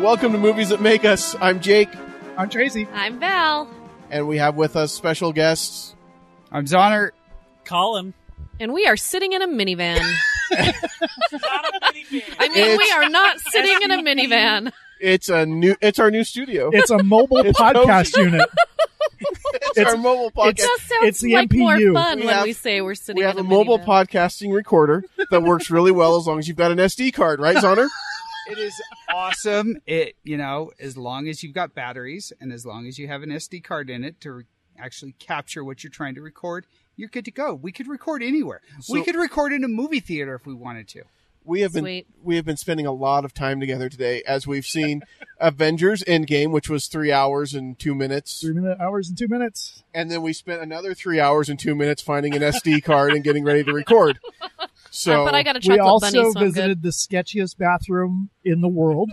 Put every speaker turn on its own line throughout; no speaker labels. Welcome to Movies That Make Us. I'm Jake,
I'm Tracy.
I'm Val.
and we have with us special guests.
I'm Zonner.
Colin.
And we are sitting in a minivan.
Not a minivan.
I mean, we
It's-
are not sitting in a minivan.
It's a new. It's our new studio.
It's a mobile
It's
podcast unit.
It's,
it's-
our mobile
It
podcast.
it's-
just sounds
the
like more
MPU.
fun
We
when
have-
we say we're sitting
We have
in
a
a,
mobile
minivan.
podcasting recorder that works really well as long as you've got an SD card, right, Zoner?
It is awesome. It you know, as long as you've got batteries and as long as you have an SD card in it to re- actually capture what you're trying to record, you're good to go. We could record anywhere. we
So-
could record in a movie theater if we wanted to.
We have been
Sweet.
we have been spending a lot of time together today, as we've seen Avengers Endgame, which was three hours and two minutes,
Three minute hours and two minutes.
and then we spent another three hours and two minutes finding an SD card and getting ready to record. So
Uh, but I got a
We
chocolate bunny,
also
so I'm good.
visited the sketchiest bathroom in the world.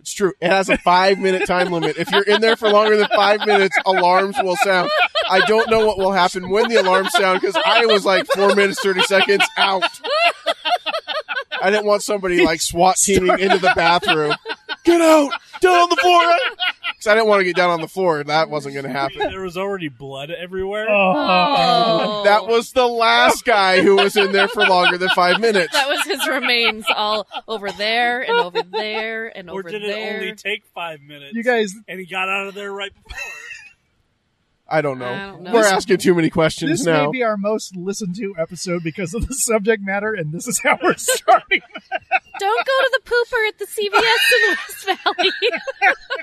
It's true. It has a five minute time limit. If you're in there for longer than five minutes, alarms will sound. I don't know what will happen when the alarms sound because I was like four minutes, 30 seconds out. I didn't want somebody like SWAT teaming into the bathroom. Get out! Down on the floor! Because I didn't want to get down on the floor. That wasn't going to happen.
There was already blood everywhere.
Oh. Uh,
Oh.
uh, That was the last guy who was in there for longer than five minutes.
That was his remains all over there and over there and
or
over
did
there.
it only take five minutes?
You guys,
and he got out of there right before.
I don't know.
I don't know.
We're
This-
asking too many questions
this
now.
may be our most listened to episode because of the subject matter, and this is how we're starting.
Don't go to the pooper at the CVS in West Valley.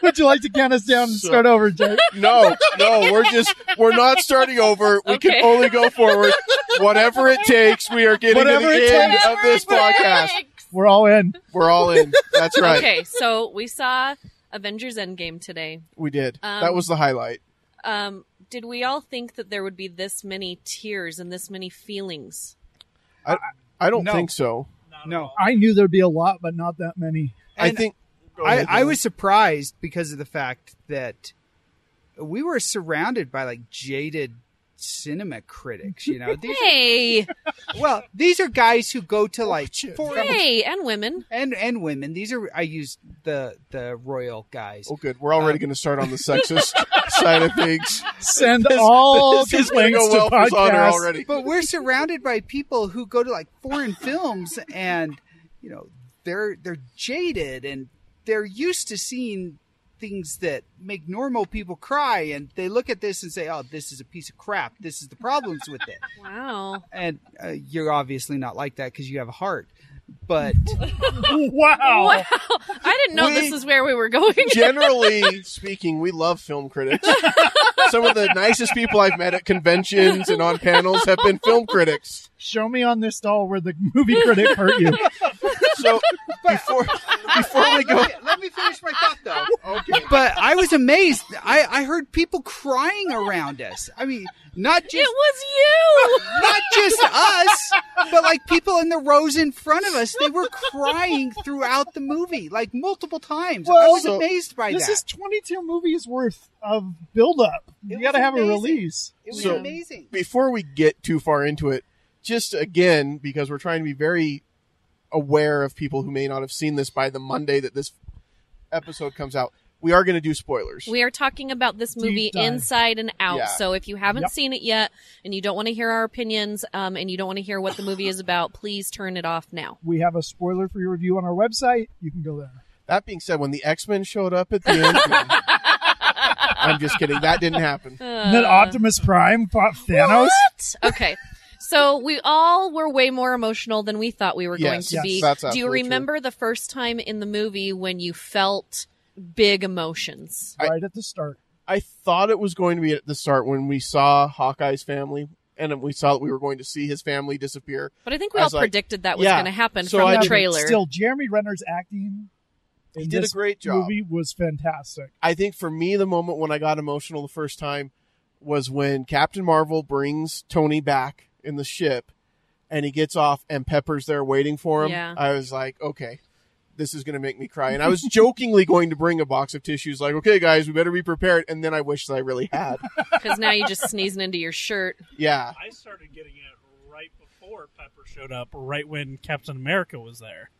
Would you like to count us down and
So-
start over, Jake?
No, no, we're just we're not starting over. We
Okay.
can only go forward. Whatever it takes, we are getting
Whatever
to
it
the end
takes.
of this podcast.
We're all in.
We're all in. That's right.
Okay, so we saw Avengers Endgame today.
We did.
Um,
that was the highlight.
Um, did we all think that there would be this many tears and this many feelings?
I don't
No.
think so.
Not at
No.
all.
I knew there'd be a lot, but not that many.
I
And
think
I, I was surprised because of the fact that we were surrounded by like jaded cinema critics, you know. These
Hey,
well, these are guys who go
Oh,
to like four
hey, and women.
and and women. These are I used the the royal guys.
Oh, good. We're already going to start on the sexist side of things.
Send all
this is going to
complaints
go well
to
for Zoner
podcast.
already.
but we're surrounded by people who go to like foreign films and you know they're they're jaded and they're used to seeing things that make normal people cry and they look at this and say oh this is a piece of crap this is the problems with it
Wow.
and uh, you're obviously not like that because you have a heart but
Wow.
Wow. I didn't know
We-
this is where we were going.
Generally speaking, we love film critics. Some of the nicest people I've met at conventions and on panels have been film critics.
Show me on this stall where the movie critic hurt you.
So before before we go
Let me- let me finish my thought though. Okay. But I was amazed. I, I heard people crying around us. I mean, not
It
just
was you.
not just us, but like people in the rows in front of us. They were crying throughout the movie, like multiple times. I
Well,
was
so-
amazed by
This
that.
is 22 movies worth of buildup. You
was
got to have a
amazing.
release.
it was
so-
amazing.
before we get too far into it, just again, because we're trying to be very aware of people who may not have seen this by the Monday that this episode comes out, we are going to do spoilers.
We are talking about this
Deep
movie
dive.
inside and out.
Yeah.
So if you haven't
Yep.
seen it yet and you don't want to hear our opinions um, and you don't want to hear what the movie is about, please turn it off now.
We have a spoiler free review on our website. You can go there.
that being said, when the X Men showed up at the end, I'm just kidding. That didn't happen.
Uh,
And then Optimus Prime fought Thanos.
What? Okay. So we all were way more emotional than we thought we were going
Yes,
to
yes,
be.
that's
Do you
absolutely true.
remember the first time in the movie when you felt big emotions?
I-
right at the start.
I thought it was going to be at the start when we saw Hawkeye's family. And we saw that we were going to see his family disappear.
But I think we
I
all
was like,
predicted that was
yeah.
going to happen
So
from
I
the
did-
trailer.
Still, Jeremy Renner's acting.
He
in
did a
this
great job.
Movie was fantastic.
I think for me, the moment when I got emotional the first time was when Captain Marvel brings Tony back in the ship and he gets off and Pepper's there waiting for him.
Yeah.
I was like, okay, this is going to make me cry. And I was jokingly going to bring a box of tissues, like, okay, guys, we better be prepared. And then I wish that I really had.
Because now you're just sneezing into your shirt.
yeah.
I started getting it right before Pepper showed up, right when Captain America was there.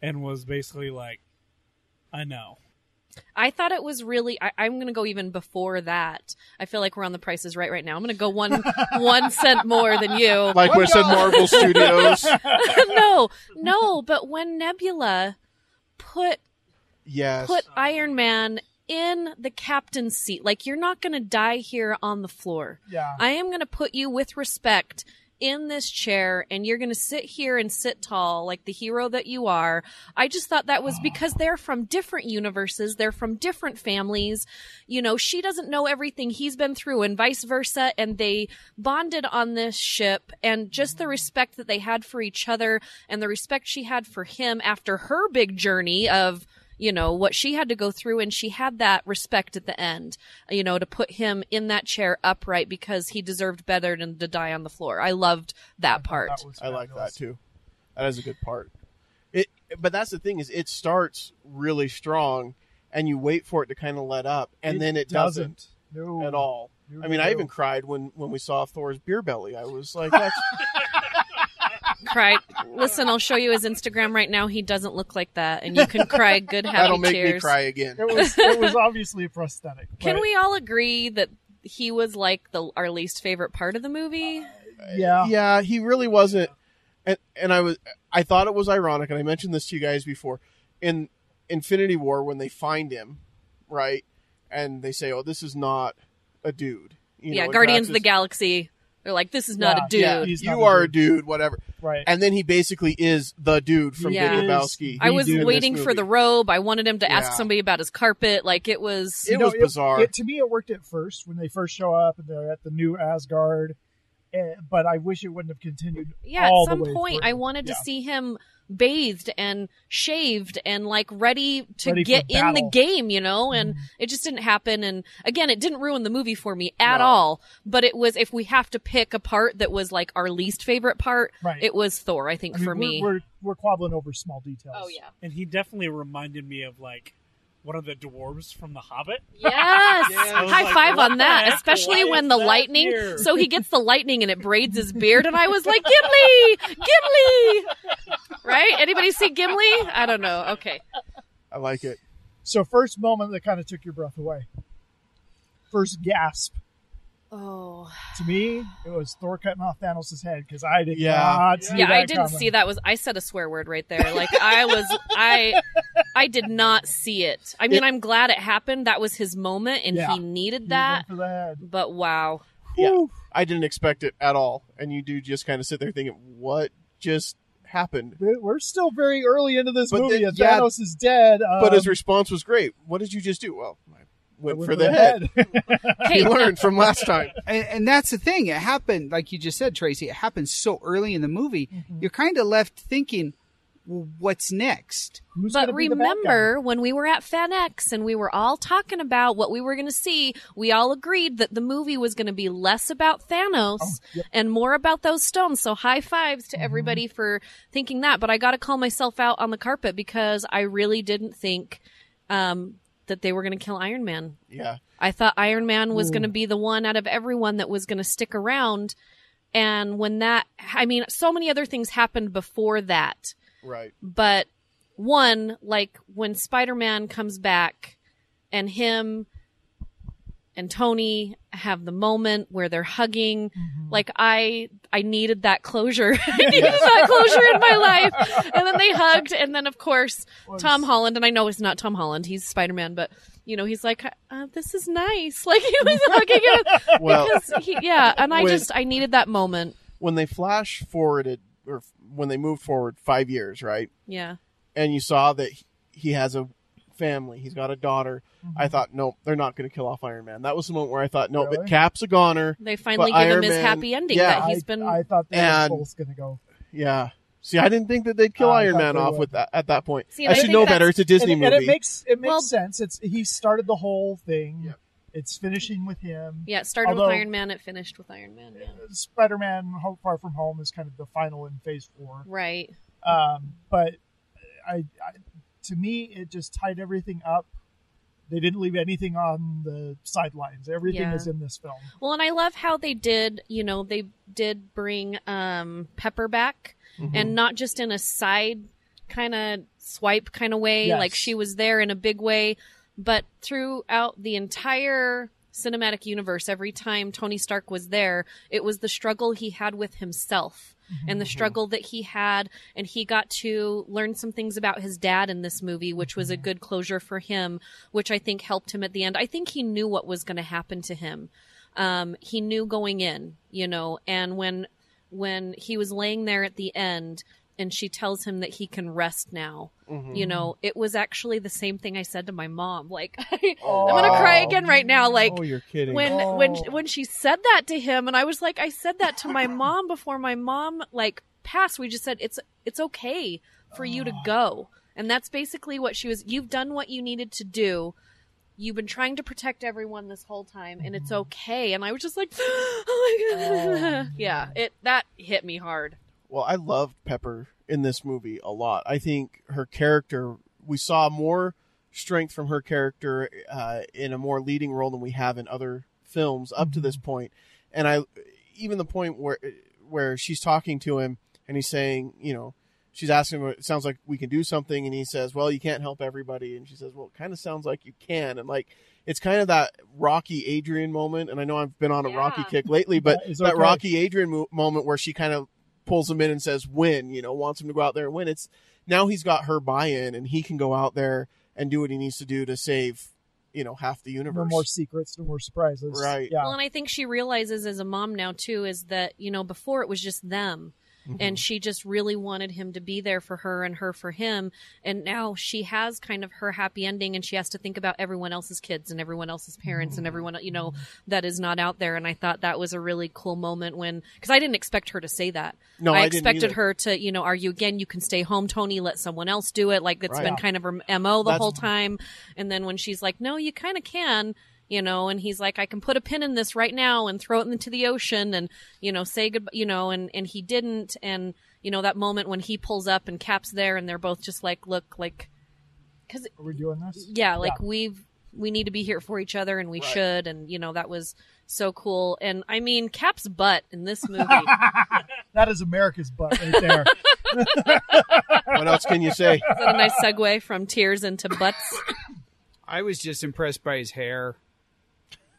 and was basically like, I know.
I thought it was really. I, I'm going to go even before that. I feel like we're on the prices right right now. I'm going to go one one cent more than you.
Like when I said Marvel Studios.
no, no. But when Nebula put
Yes.
put Iron Man in the captain's seat, like you're not going to die here on the floor.
Yeah.
I am going to put you with respect in this chair and you're going to sit here and sit tall like the hero that you are. I just thought that was because they're from different universes. They're from different families. You know, she doesn't know everything he's been through and vice versa. And they bonded on this ship and just the respect that they had for each other and the respect she had for him after her big journey of, you know, what she had to go through and she had that respect at the end, you know, to put him in that chair upright because he deserved better than to die on the floor. I loved that part.
was
I like that
fabulous.
too. That is a good part. It, but that's the thing is, it starts really strong, and you wait for it to kind of let up, and then it doesn't,
No.
at all.
No,
I mean, I
no.
even cried when when we saw Thor's beer belly. I was like, that's,
Cry. Listen, I'll show you his Instagram right now. He doesn't look like that and you can cry good happy
that'll make
tears.
me cry again.
It was it was obviously a prosthetic.
Can
but-
we all agree that he was like the our least favorite part of the movie?
Yeah.
yeah, he really wasn't. And and I was I thought it was ironic, and I mentioned this to you guys before in Infinity War when they find him, right? And they say, "Oh, this is not a dude." You
yeah,
know, it's
Guardians
not
of the
just-
Galaxy. They're like, this is not a dude.
Yeah,
Yeah,
He's
you
not a
are a
dude.
dude, whatever.
Right.
And then he basically is the dude from
Yeah.
Big Lebowski.
I
He
was
did in this
waiting for the robe. I wanted him to ask
Yeah.
somebody about his carpet. Like it was.
It
You know,
was bizarre.
it- to me, it worked at first when they first show up and they're at the new Asgard. eh, but I wish it wouldn't have continued.
yeah,
all the
at some
way
point,
through.
I wanted to
Yeah.
see him bathed and shaved and like ready to
Ready for
get in the
battle.
game, you know. And it just didn't happen. And again, it didn't ruin the movie for me at
No.
all. But it was if we have to pick a part that was like our least favorite part,
Right.
it was Thor. I think
I mean,
for
we're,
me.
we're we're quabbling over small details.
oh yeah.
And he definitely reminded me of like one of the dwarves from The Hobbit.
Yes.
Yeah, I was
High
like,
five
what
on
the
that,
heck?
especially
Why
when
is
the
that
lightning.
here?
So he gets the lightning and it braids his beard, and I was like, Gimli! Gimli! Right? Anybody see Gimli? I don't know. Okay.
I like it.
So first moment that kind of took your breath away. First gasp
Oh.
to me, it was Thor cutting off Thanos' head because I did
Yeah.
not see
Yeah,
that
I didn't
coming.
see that was I said a swear word right there. Like I was I I did not see it. I mean,
It-
I'm glad it happened. That was his moment and
Yeah.
he needed
He went
that.
for the head.
But wow.
Yeah, I didn't expect it at all, and you do just kind of sit there thinking, "What just happened?"
We- We're still very early into this
But
movie,
then-
and
yeah.
Thanos is dead. Um,
But his response was great. What did you just do? Well, I
I
went, for, the, head.
Hey,
He learned from last time.
And, and that's the thing. It happened, like you just said, Tracy, it happened so early in the movie. You're kind of left thinking, well, what's next?
Who's
But
gonna be the bad guy?
remember when we were at FanX and we were all talking about what we were going to see, we all agreed that the movie was going to be less about Thanos
Oh,
and more about those stones. So high fives
Mm-hmm.
to everybody for thinking that. But I got to call myself out on the carpet because I really didn't think um, that they were going to kill Iron Man.
Yeah,
I thought Iron Man was going to be the one out of everyone that was going to stick around. And when that, I mean, so many other things happened before that
right.
but one like when spider-man comes back and him and tony have the moment where they're hugging like i i needed that closure i needed that closure in my life and then they hugged and then of course tom holland and i know it's not tom holland he's spider-man but you know he's like uh, this is nice like he was hugging him
Well,
because he, yeah and i
With-
just i needed that moment
when they flash forwarded, or when they moved forward five years, right?
yeah
and you saw that he- he has a family, he's got a daughter. I thought, nope, they're not going to kill off Iron Man. That was the moment where I thought, nope, but
Really?
Cap's a goner.
they finally give him
Iron
his
Man-
happy ending
yeah,
that he's
I,
been
I thought they
And-
were both going to go.
Yeah. See, I didn't think that they'd kill
Um,
Uh, I
Iron
thought
Man
they
off
would.
with that at that point.
See, and
I
I
should
think
know
that's-
better. It's a Disney
and,
movie.
and it makes it makes
Well-
sense. It's he started the whole thing.
Yep.
It's finishing with him.
Yeah, it started
Although-
with Iron Man, it finished with Iron Man. Yeah.
Spider-Man: Ho- Far From Home is kind of the final in Phase Four.
Right.
Um, but I, I, to me, it just tied everything up. They didn't leave anything on the sidelines. Everything
Yeah.
is in this film.
Well, and I love how they did, you know,
Mm-hmm.
Mm.
they did bring um, Pepper back and not just in a side kind of swipe kind of way.
Yes.
Like she was there in a big way. But throughout the entire cinematic universe, every time Tony Stark was there, it was the struggle he had with himself
Mm-hmm.
and the struggle that he had. And he got to learn some things about his dad in this movie, which was a good closure for him, which I think helped him at the end. I think he knew what was going to happen to him. Um, he knew going in, you know, and when when he was laying there at the end and she tells him that he can rest now
Mm-hmm.
you know it was actually the same thing i said to my mom like
Oh,
i'm gonna cry again right now like
oh, you're kidding.
when when
Oh.
when she said that to him and i was like i said that to my mom before my mom like passed we just said it's it's okay for you to go and that's basically what she was you've done what you needed to do you've been trying to protect everyone this whole time and
Mm-hmm.
it's okay and i was just like oh my god yeah it that hit me hard
Well, I loved Pepper in this movie a lot. I think her character, we saw more strength from her character uh, in a more leading role than we have in other films up to this point. And I, even the point where where she's talking to him and he's saying, you know, she's asking, him, it sounds like we can do something, and he says, well, you can't help everybody, and she says, well, it kind of sounds like you can, and like. It's kind of that Rocky Adrian moment, and I know I've been on a Rocky
Yeah.
kick lately, but
That is
that
okay.
Rocky Adrian mo- moment where she kind of pulls him in and says win you know wants him to go out there and win it's now he's got her buy-in and he can go out there and do what he needs to do to save you know half the universe
No more secrets, no more surprises.
Right.
Yeah.
Well, and I think she realizes as a mom now too is that you know before it was just them,
Mm-hmm.
and she just really wanted him to be there for her and her for him, and now she has kind of her happy ending, and she has to think about everyone else's kids and everyone else's parents and everyone you know that is not out there. And I thought that was a really cool moment when because I didn't expect her to say that.
no
I,
I, didn't
expected
either.
her to you know argue again. You can stay home, Tony. Let someone else do it. Like that's
Right.
been kind of her mo the
That's-
whole time. And then when she's like, "No, you kind of can," you know, and he's like, "I can put a pin in this right now and throw it into the ocean and you know say good," you know, and and he didn't. And you know that moment when he pulls up and Cap's there, and they're both just like, "Look, like, because
Are we doing this?
yeah like we've we need to be here for each other and we should and you know that was so cool and i mean cap's butt in this movie
That is America's butt right there.
what else can you say
Is that a nice segue from tears into butts?
I was just impressed by his hair.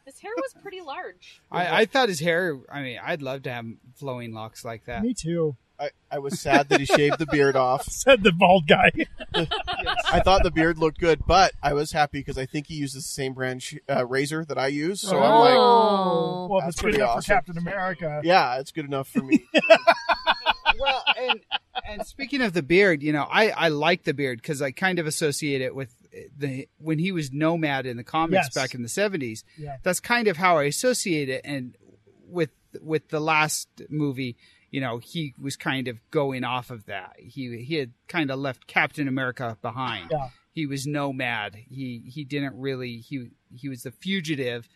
His hair was pretty large.
I, I thought his hair. I mean, I'd love to have flowing locks like that.
Me too.
I, I was sad that he shaved the beard off
Said the bald guy.
i thought the beard looked good but i was happy because i think he uses the same brand sh- uh, razor that i use so i'm like
Oh.
well, if
That's
it's good
pretty
enough
awesome.
for Captain America.
yeah it's good enough for me
well, and and speaking of the beard, you know, I I like the beard because I kind of associate it with eh, the when he was Nomad in the comics
Yes.
back in the seventies.
Yeah.
That's kind of how I associate it, and with with the last movie. You know, he was kind of going off of that. He he had kind of left Captain America behind.
Yeah.
He was nomad. He he didn't really he he was the fugitive,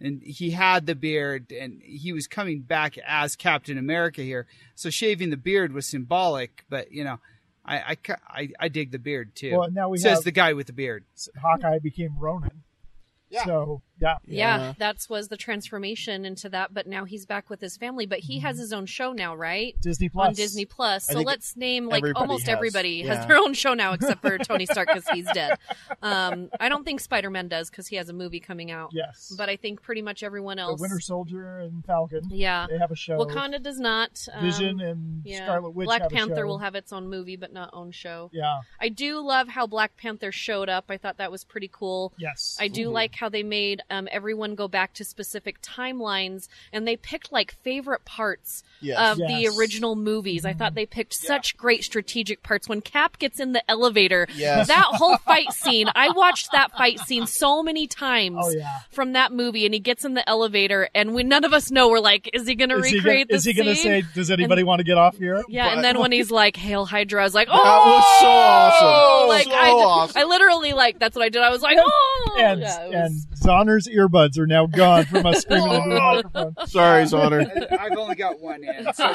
and he had the beard and he was coming back as Captain America here. So shaving the beard was symbolic, but you know, I I ca- I, I dig the beard too.
Well, now we
Says
have
the guy with the beard.
Hawkeye became Ronan.
Yeah.
So yeah.
Yeah,
Yeah.
that's was the transformation into that, but now he's back with his family, but he has his own show now, right?
Disney Mm-hmm. Plus.
On Disney Plus.
I
So
think
let's name like
everybody
almost
has-
everybody has
yeah.
their own show now except for Tony Stark cuz he's dead. Um I don't think Spider-Man does cuz he has a movie coming out.
Yes.
But I think pretty much everyone
the
else
Winter Soldier and Falcon.
Yeah.
They have a show.
Wakanda does not. Um,
Vision and
yeah.
Scarlet Witch.
Black
have a
Panther
show.
will have its own movie but not own show.
Yeah.
I do love how Black Panther showed up. I thought that was pretty cool.
Yes.
I do like how they made um, everyone go back to specific timelines and they picked like favorite parts
yes
of
Yes. Mm-hmm.
the original movies. I thought they picked such great strategic parts. When Cap gets in the elevator,
Yes.
that whole fight scene, I watched that fight scene so many times.
Oh yeah.
From that movie, and he gets in the elevator, and we none of us know. We're like, is he going to
Is he,
recreate
gonna,
the
is he gonna
scene?
say, "Does anybody want to get off here"?
Yeah,
But-
and then when he's like, "Hail Hydra," I was like, "Oh,
that was so awesome
Like
so
I, ju-
awesome
I literally like that's what I did. I was like, "Oh!"
And,
Yeah, it
and
was-
Zonner's earbuds are now gone from us screaming into the
Oh.
microphone.
sorry zoner
I've only got one in, so,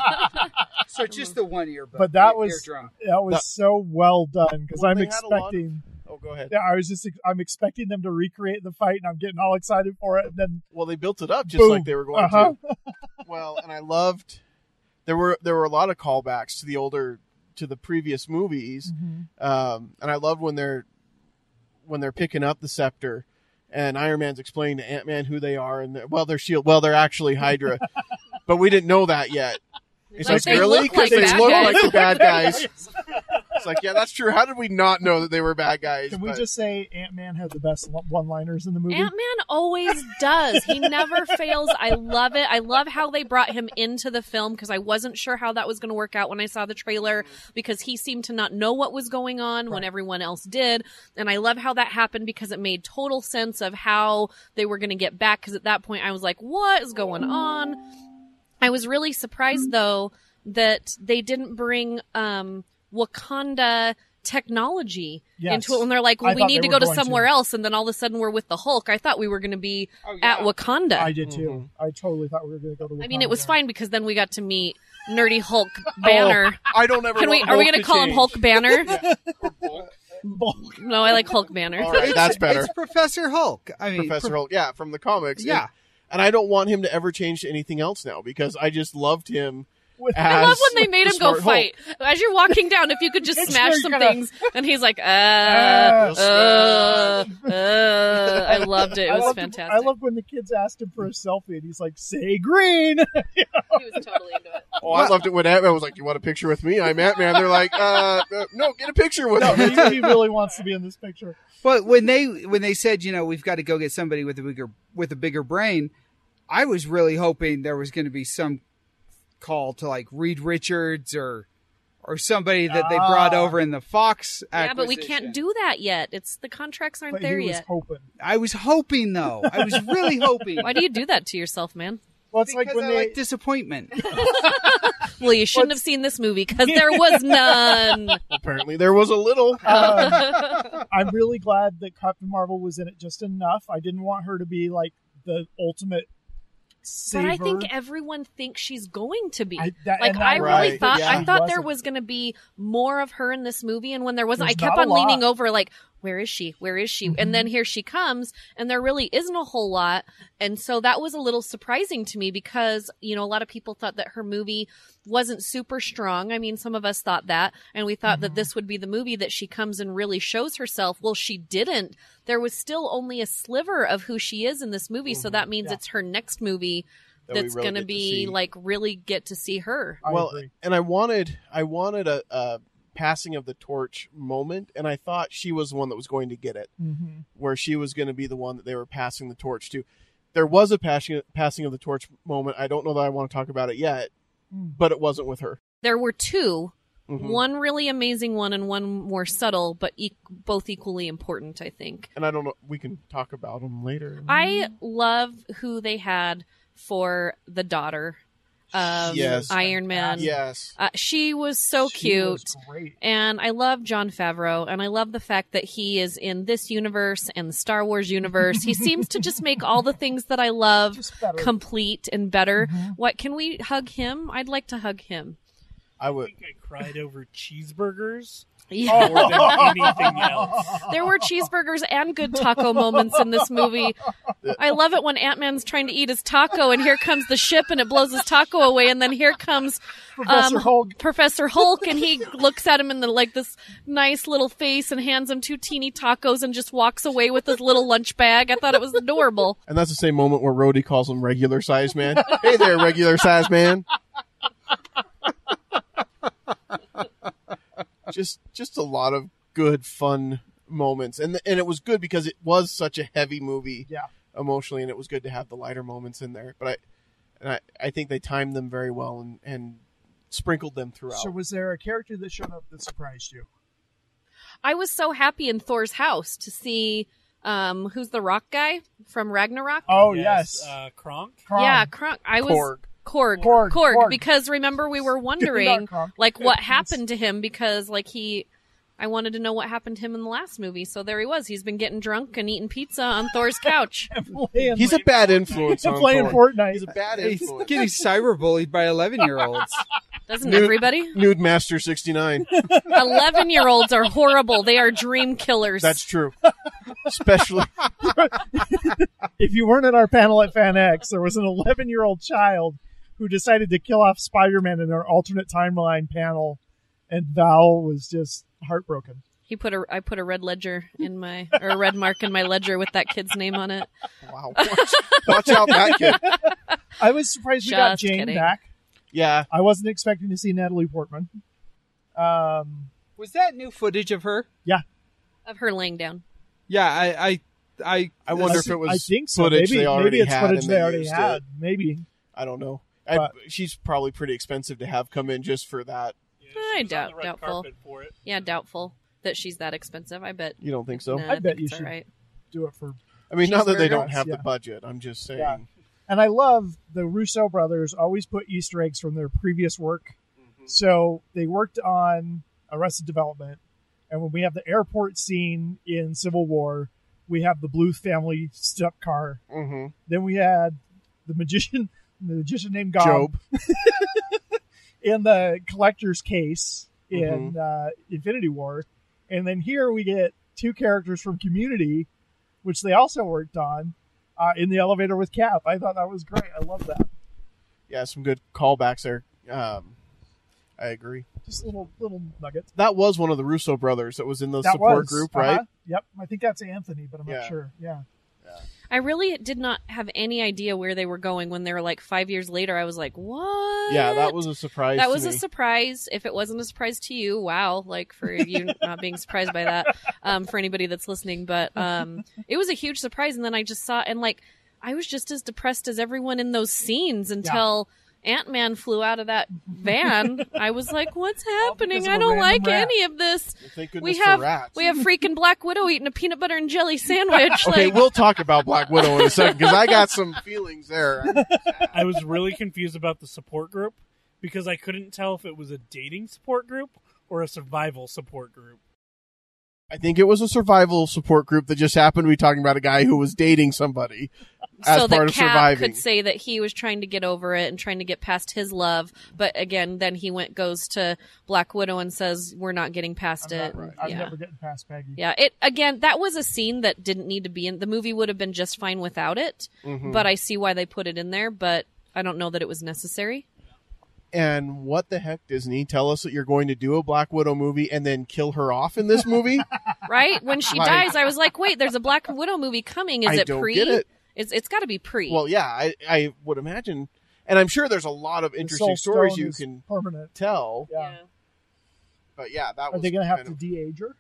so just the one ear.
But that was- That was so well done because
Well,
I'm
they had a lot-
expecting.
oh go ahead
Yeah, I was just I'm expecting them to recreate the fight, and I'm getting all excited for it. And then
Well, they built it up just
Boom.
like they were going
Uh-huh.
to. Well, and I loved there were there were a lot of callbacks to the older to the previous movies.
Mhm.
Um, and I love when they're when they're picking up the scepter, and Iron Man's explaining to Ant Man who they are, and they're, well, they're Shield, well, they're actually Hydra, but we didn't know that yet. It's
Like,
like,
they
really
look
because
like
they
bad
look
guys.
like the bad guys. It's like, yeah, that's true. How did we not know that they were bad guys?
Can we
But-
just say Ant Man had the best one liners in the movie?
Ant Man always does. He never fails. I love it. I love how they brought him into the film because I wasn't sure how that was going to work out when I saw the trailer because he seemed to not know what was going on when
Right.
everyone else did. And I love how that happened because it made total sense of how they were going to get back because at that point I was like, what is going on? I was really surprised though that they didn't bring um, Wakanda technology
Yes.
into it when they're like, well,
I
we
thought
need
they
to
were
go to
going to.
somewhere else, and then all of a sudden we're with the Hulk. I thought we were going to be
Oh,
at Wakanda.
I
I,
did too.
Mm-hmm.
I totally thought we were going to go to.
mean,
Wakanda
it was
there.
fine because then we got to meet nerdy Hulk Banner.
I don't ever.
Can we?
want
Are we
Hulk
going to call him
change.
Hulk Banner?
Bulk.
no, I like Hulk Banner.
All right, that's better.
It's Professor Hulk. I mean,
Professor
pro-
Hulk, yeah, from the comics.
Yeah.
And, and I don't want him to ever change to anything else now because I just loved him.
With-
Ah,
as
I love when they made
the
him go
smart
fight. As you're walking down, if you could just
It's
smash
where
some
you're gonna-
things, and he's like, uh, uh, uh. I loved it. It
I
was
loved-
fantastic.
I loved when the kids asked him for a selfie, and he's like, "Say green."
he was totally into
Uh,
it.
Hulk. Oh, I loved it when Ant Man was like, "You want a picture with me? I'm Ant Man." They're like, uh, uh, "No, get a picture with
no,
him."
he, he really wants to be in this picture.
But when they when they said, you know, we've got to go get somebody with a bigger with a bigger brain, I was really hoping there was going to be some call to like Reed Richards or or somebody that they brought
Ah.
over in the Fox.
Yeah, but we
acquisition.
can't do that yet. It's the contracts aren't
But
there
he was
yet.
hoping.
I was hoping though. I was really hoping.
Why do you do that to yourself, man?
Well, it's
Because
like when
I
they
like disappointment.
Well, you shouldn't have seen this movie because there was none.
Apparently, there was a little. uh,
Um, I'm really glad that Captain Marvel was in it just enough. I didn't want her to be like the ultimate
But
saver.
I think everyone thinks she's going to be.
I- that-
like
and
I
that-
really
Right,
thought
yeah.
I
She
thought there
wasn't.
was going to be more of her in this movie, and when there wasn't,
There's
I kept
not
on
a
leaning
lot. Mm-hmm.
over like, "Where is she? Where is she?" And then here she comes, and there really isn't a whole lot, and so that was a little surprising to me because you know a lot of people thought that her movie wasn't super strong. I mean, some of us thought that, and we thought
Mm-hmm.
that this would be the movie that she comes and really shows herself. Well, she didn't. There was still only a sliver of who she is in this movie, so that means
Yeah.
it's her next movie
Mm-hmm. That we
that's
really
going
get
to
to
be
see.
like really get to see her.
I
well,
agree.
and I wanted, I wanted a, a passing of the torch moment, and I thought she was the one that was going to get it.
Mhm.
where she was going to be the one that they were passing the torch to. There was a passing passing of the torch moment. I don't know that I want to talk about it yet,
Mm.
but it wasn't with her.
There were 2
Mhm.
one really amazing one and one more subtle, but e- both equally important, I think.
And I don't know. We can talk about them later.
I love who they had for the daughter of
Yes.
Iron Man.
yes,
Uh, she was so
She
cute.
was great.
And I love John Favreau, and I love the fact that he is in this universe and the Star Wars universe. he seems to just make all the things that I love
Just better.
complete and better.
Mhm.
What can we hug him? I'd like to hug him.
I
I
would.
think I cried over cheeseburgers
Yeah.
more than anything else.
Oh.
There were cheeseburgers and good taco moments in this movie. I love it when Ant Man's trying to eat his taco, and here comes the ship, and it blows his taco away, and then here comes
Professor
um,
Hulk.
Professor Hulk, and he looks at him in the like this nice little face, and hands him two teeny tacos, and just walks away with his little lunch bag. I thought it was adorable.
And that's the same moment where Rhodey calls him regular size man. hey there, regular size man. just just a lot of good fun moments, and and it was good because it was such a heavy movie.
Yeah.
emotionally, and it was good to have the lighter moments in there. But I and I, I think they timed them very well and and sprinkled them throughout.
So was there a character that showed up that surprised you?
I was so happy in Thor's house to see um, who's the rock guy from Ragnarok.
Oh yes,
Uh, Kronk.
Kron.
Yeah, Kronk. I was
Korg.
Korg.
Korg, Korg.
Because remember, we were
Dark
wondering
Kronk.
like what
Yes.
happened to him because like he, I wanted to know what happened to him in the last movie. So there he was. He's been getting drunk and eating pizza on Thor's couch.
Playing-
He's a bad influence on
playing
Thor.
Fortnite.
He's a bad
He's
influence.
getting cyberbullied by eleven-year-olds.
Doesn't
Nude-
everybody?
Nude Master sixty nine.
Eleven year olds are horrible. They are dream killers.
That's true. Especially
if you weren't at our panel at FanX, there was an 11 year old child who decided to kill off Spider Man in our alternate timeline panel and Val was just heartbroken.
He put a I put a red ledger in my or a red mark in my ledger with that kid's name on it.
Wow. Watch, watch out, that kid.
I was surprised we got
Just
Jane
kidding.
back.
Yeah.
I wasn't expecting to see Natalie Portman. Um,
Was that new footage of her?
Of her laying down.
Yeah, I, I, I,
I wonder if
I
it was
I think so.
footage
maybe,
they already
maybe it's
had
footage
and
they
they
already
used
had.
it.
Maybe
I don't know. I,
But-
she's probably pretty expensive to have come in just for that.
Yeah,
I
she was on
doubt-
the red
doubtful.
carpet for it.
Yeah, doubtful that she's that expensive. I bet.
You don't think so?
nah,
I bet
think
you
it's
should-
alright.
do it for.
I mean, not that they
Cheeseburger.
don't have
Yeah.
the budget. I'm just saying.
Yeah. And I love the Russo brothers always put Easter eggs from their previous work. So they worked on Arrested Development, and when we have the airport scene in Civil War, we have the Bluth family step car.
Mm-hmm.
Then we had the magician, the magician named Gob,
Job.
in the collector's case
Mm-hmm.
in uh, Infinity War, and then here we get two characters from Community, which they also worked on uh, in the elevator with Cap. I thought that was great. I love that.
Yeah, some good callbacks there. Um, I agree.
Just little little nuggets.
That was one of the Russo brothers that was in the
That
support
was,
group,
uh-huh.
right?
Yep, I think that's Anthony, but I'm
Yeah.
not sure. Yeah,
I really did not have any idea where they were going when they were like five years later. I was like, what?
Yeah, that was a surprise.
that
to
was a
me.
surprise. If it wasn't a surprise to you, wow! Like for you not being surprised by that, um, for anybody that's listening, but um, it was a huge surprise. And then I just saw and like I was just as depressed as everyone in those scenes until Ant Man flew out of that van. I was like, "What's happening?
because of
I
a
don't
random
like
rat."
any of this."
Thank goodness
We have
for rats.
we have freaking Black Widow eating a peanut butter and jelly sandwich.
okay,
like,
we'll talk about Black Widow in a second because I got some feelings there.
I was really confused about the support group because I couldn't tell if it was a dating support group or a survival support group.
I think it was a survival support group that just happened to be talking about a guy who was dating somebody as
so
part
that
of
Cap
surviving.
could say that he was trying to get over it and trying to get past his love, but again, then he went goes to Black Widow and says, "We're not getting past
I'm,
it."
not, I'm
yeah.
never getting past Peggy.
yeah, it again. That was a scene that didn't need to be in. The movie would have been just fine without it,
Mhm.
but I see why they put it in there. But I don't know that it was necessary.
and what the heck, Disney? Tell us that you're going to do a Black Widow movie and then kill her off in this movie?
Right when she
Right.
dies, I was like, "Wait, there's a Black Widow movie coming. Is
I
it
don't
pre?
get it.
It's it's got to be pre.
Well, yeah, I, I would imagine. And I'm sure there's a lot of
The
interesting
Soul
stories
Stone
you
is
can
permanent.
tell.
Yeah.
But yeah, that
Are
was
they going to have
kind
to
of-
de-age her?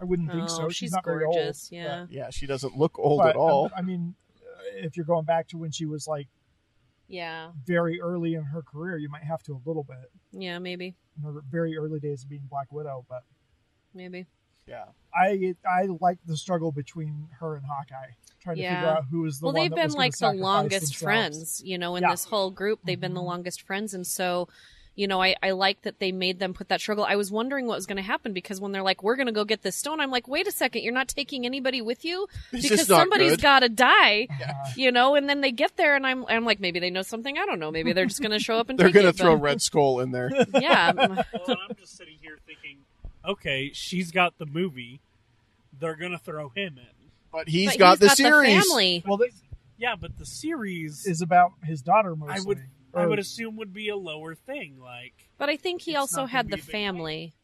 I wouldn't think so.
Oh,
She's,
she's
not very old,
gorgeous,
but-
yeah.
Yeah, she doesn't look old
but,
at all.
um, I mean, uh, if you're going back to when she was like
yeah,
very early in her career, you might have to a little bit
yeah, maybe,
in her very early days of being Black Widow. But
maybe.
yeah.
I I like the struggle between her and Hawkeye, trying to
Yeah.
figure out who is the
well
one
they've
that
been
was gonna
like the
sacrifice
longest
themselves.
friends you know in
Yeah.
this whole group they've been the
Mhm.
Mm-hmm.
longest friends and so you know i, I like that they made them put that struggle i was wondering what was going to happen because when they're like we're going to go get this stone i'm like wait a second you're not taking anybody with you
This
because
is not
somebody's
good.
got to die
Uh,
you know and then they get there and i'm i'm like maybe they know something i don't know maybe they're just going to show up and
They're
take
going to
it,
throw
but-
Red Skull in there.
yeah mm,
Well, and I'm just sitting here thinking, okay, she's got the movie. They're gonna throw him in.
But he's
but
got
he's
the series.
family
well, this
Yeah, but the series
is about his daughter mostly.
I would
Or-
I would assume would be a lower thing. Like
but i think he
It's
also
not
had the
gonna be a big thing.
family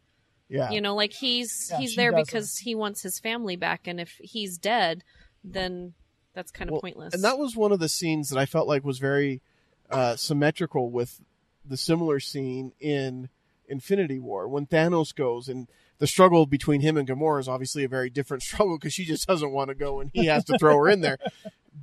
yeah.
you know like he's
Yeah,
he's
she
there
doesn't.
because he wants his family back and if he's dead then that's kind of
Well,
pointless
And that was one of the scenes that I felt like was very uh, symmetrical with the similar scene in Infinity War when Thanos goes and the struggle between him and Gamora is obviously a very different struggle because she just doesn't want to go and he has to throw her in there.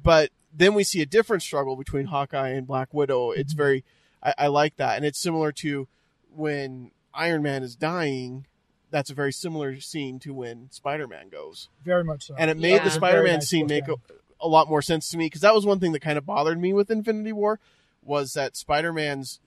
But then we see a different struggle between Hawkeye and Black Widow. It's very, I, I like that. And it's similar to when Iron Man is dying. That's a very similar scene to when Spider Man goes
very much so.
and it made
Yeah.
the
It's a
very
Spider-Man
nice
scene make
look,
a, a lot more sense to me because that was one thing that kind of bothered me with Infinity War was that Spider-Man's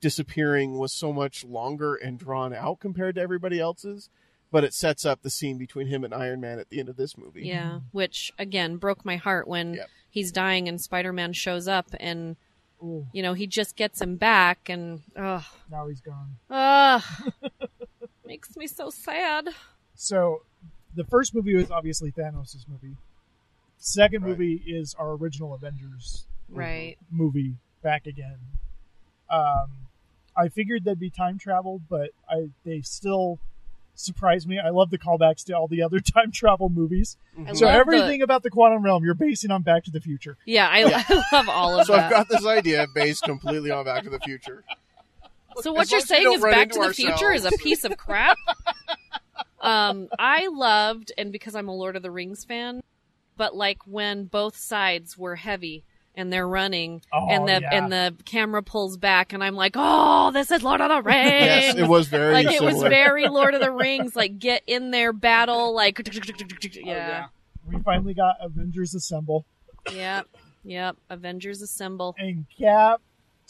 disappearing was so much longer and drawn out compared to everybody else's, but it sets up the scene between him and Iron Man at the end of this movie.
yeah which again broke my heart when
Yep.
he's dying and spider-man shows up and
Ooh,
you know he just gets him back and ugh,
now he's gone.
ugh. makes me so sad
So, the first movie was obviously Thanos' movie. Second
Right.
movie is our
Mm-hmm.
original Avengers
right
movie back again. Um, I figured there'd be time travel, but I they still surprise me. I love the callbacks to all the other time travel movies.
Mm-hmm.
I
so
love the-
everything about the quantum realm you're basing on Back to the Future.
yeah, I, I love all of
So
that.
I've got this idea based completely on Back to the Future.
so
as
what
long
you're
as we
saying
don't
is
run
Back to
into
the Future is a piece of crap. um, I loved, and because I'm a Lord of the Rings fan, but like when both sides were heavy and they're running,
Oh,
and the
yeah.
and the camera pulls back, and I'm like, oh, this is Lord of the Rings.
Yes, it was very
like it
similar.
was very Lord of the Rings, like get in there, battle, like
Oh,
yeah,
We finally got Avengers Assemble,
yep, yep. Avengers assemble.
and Cap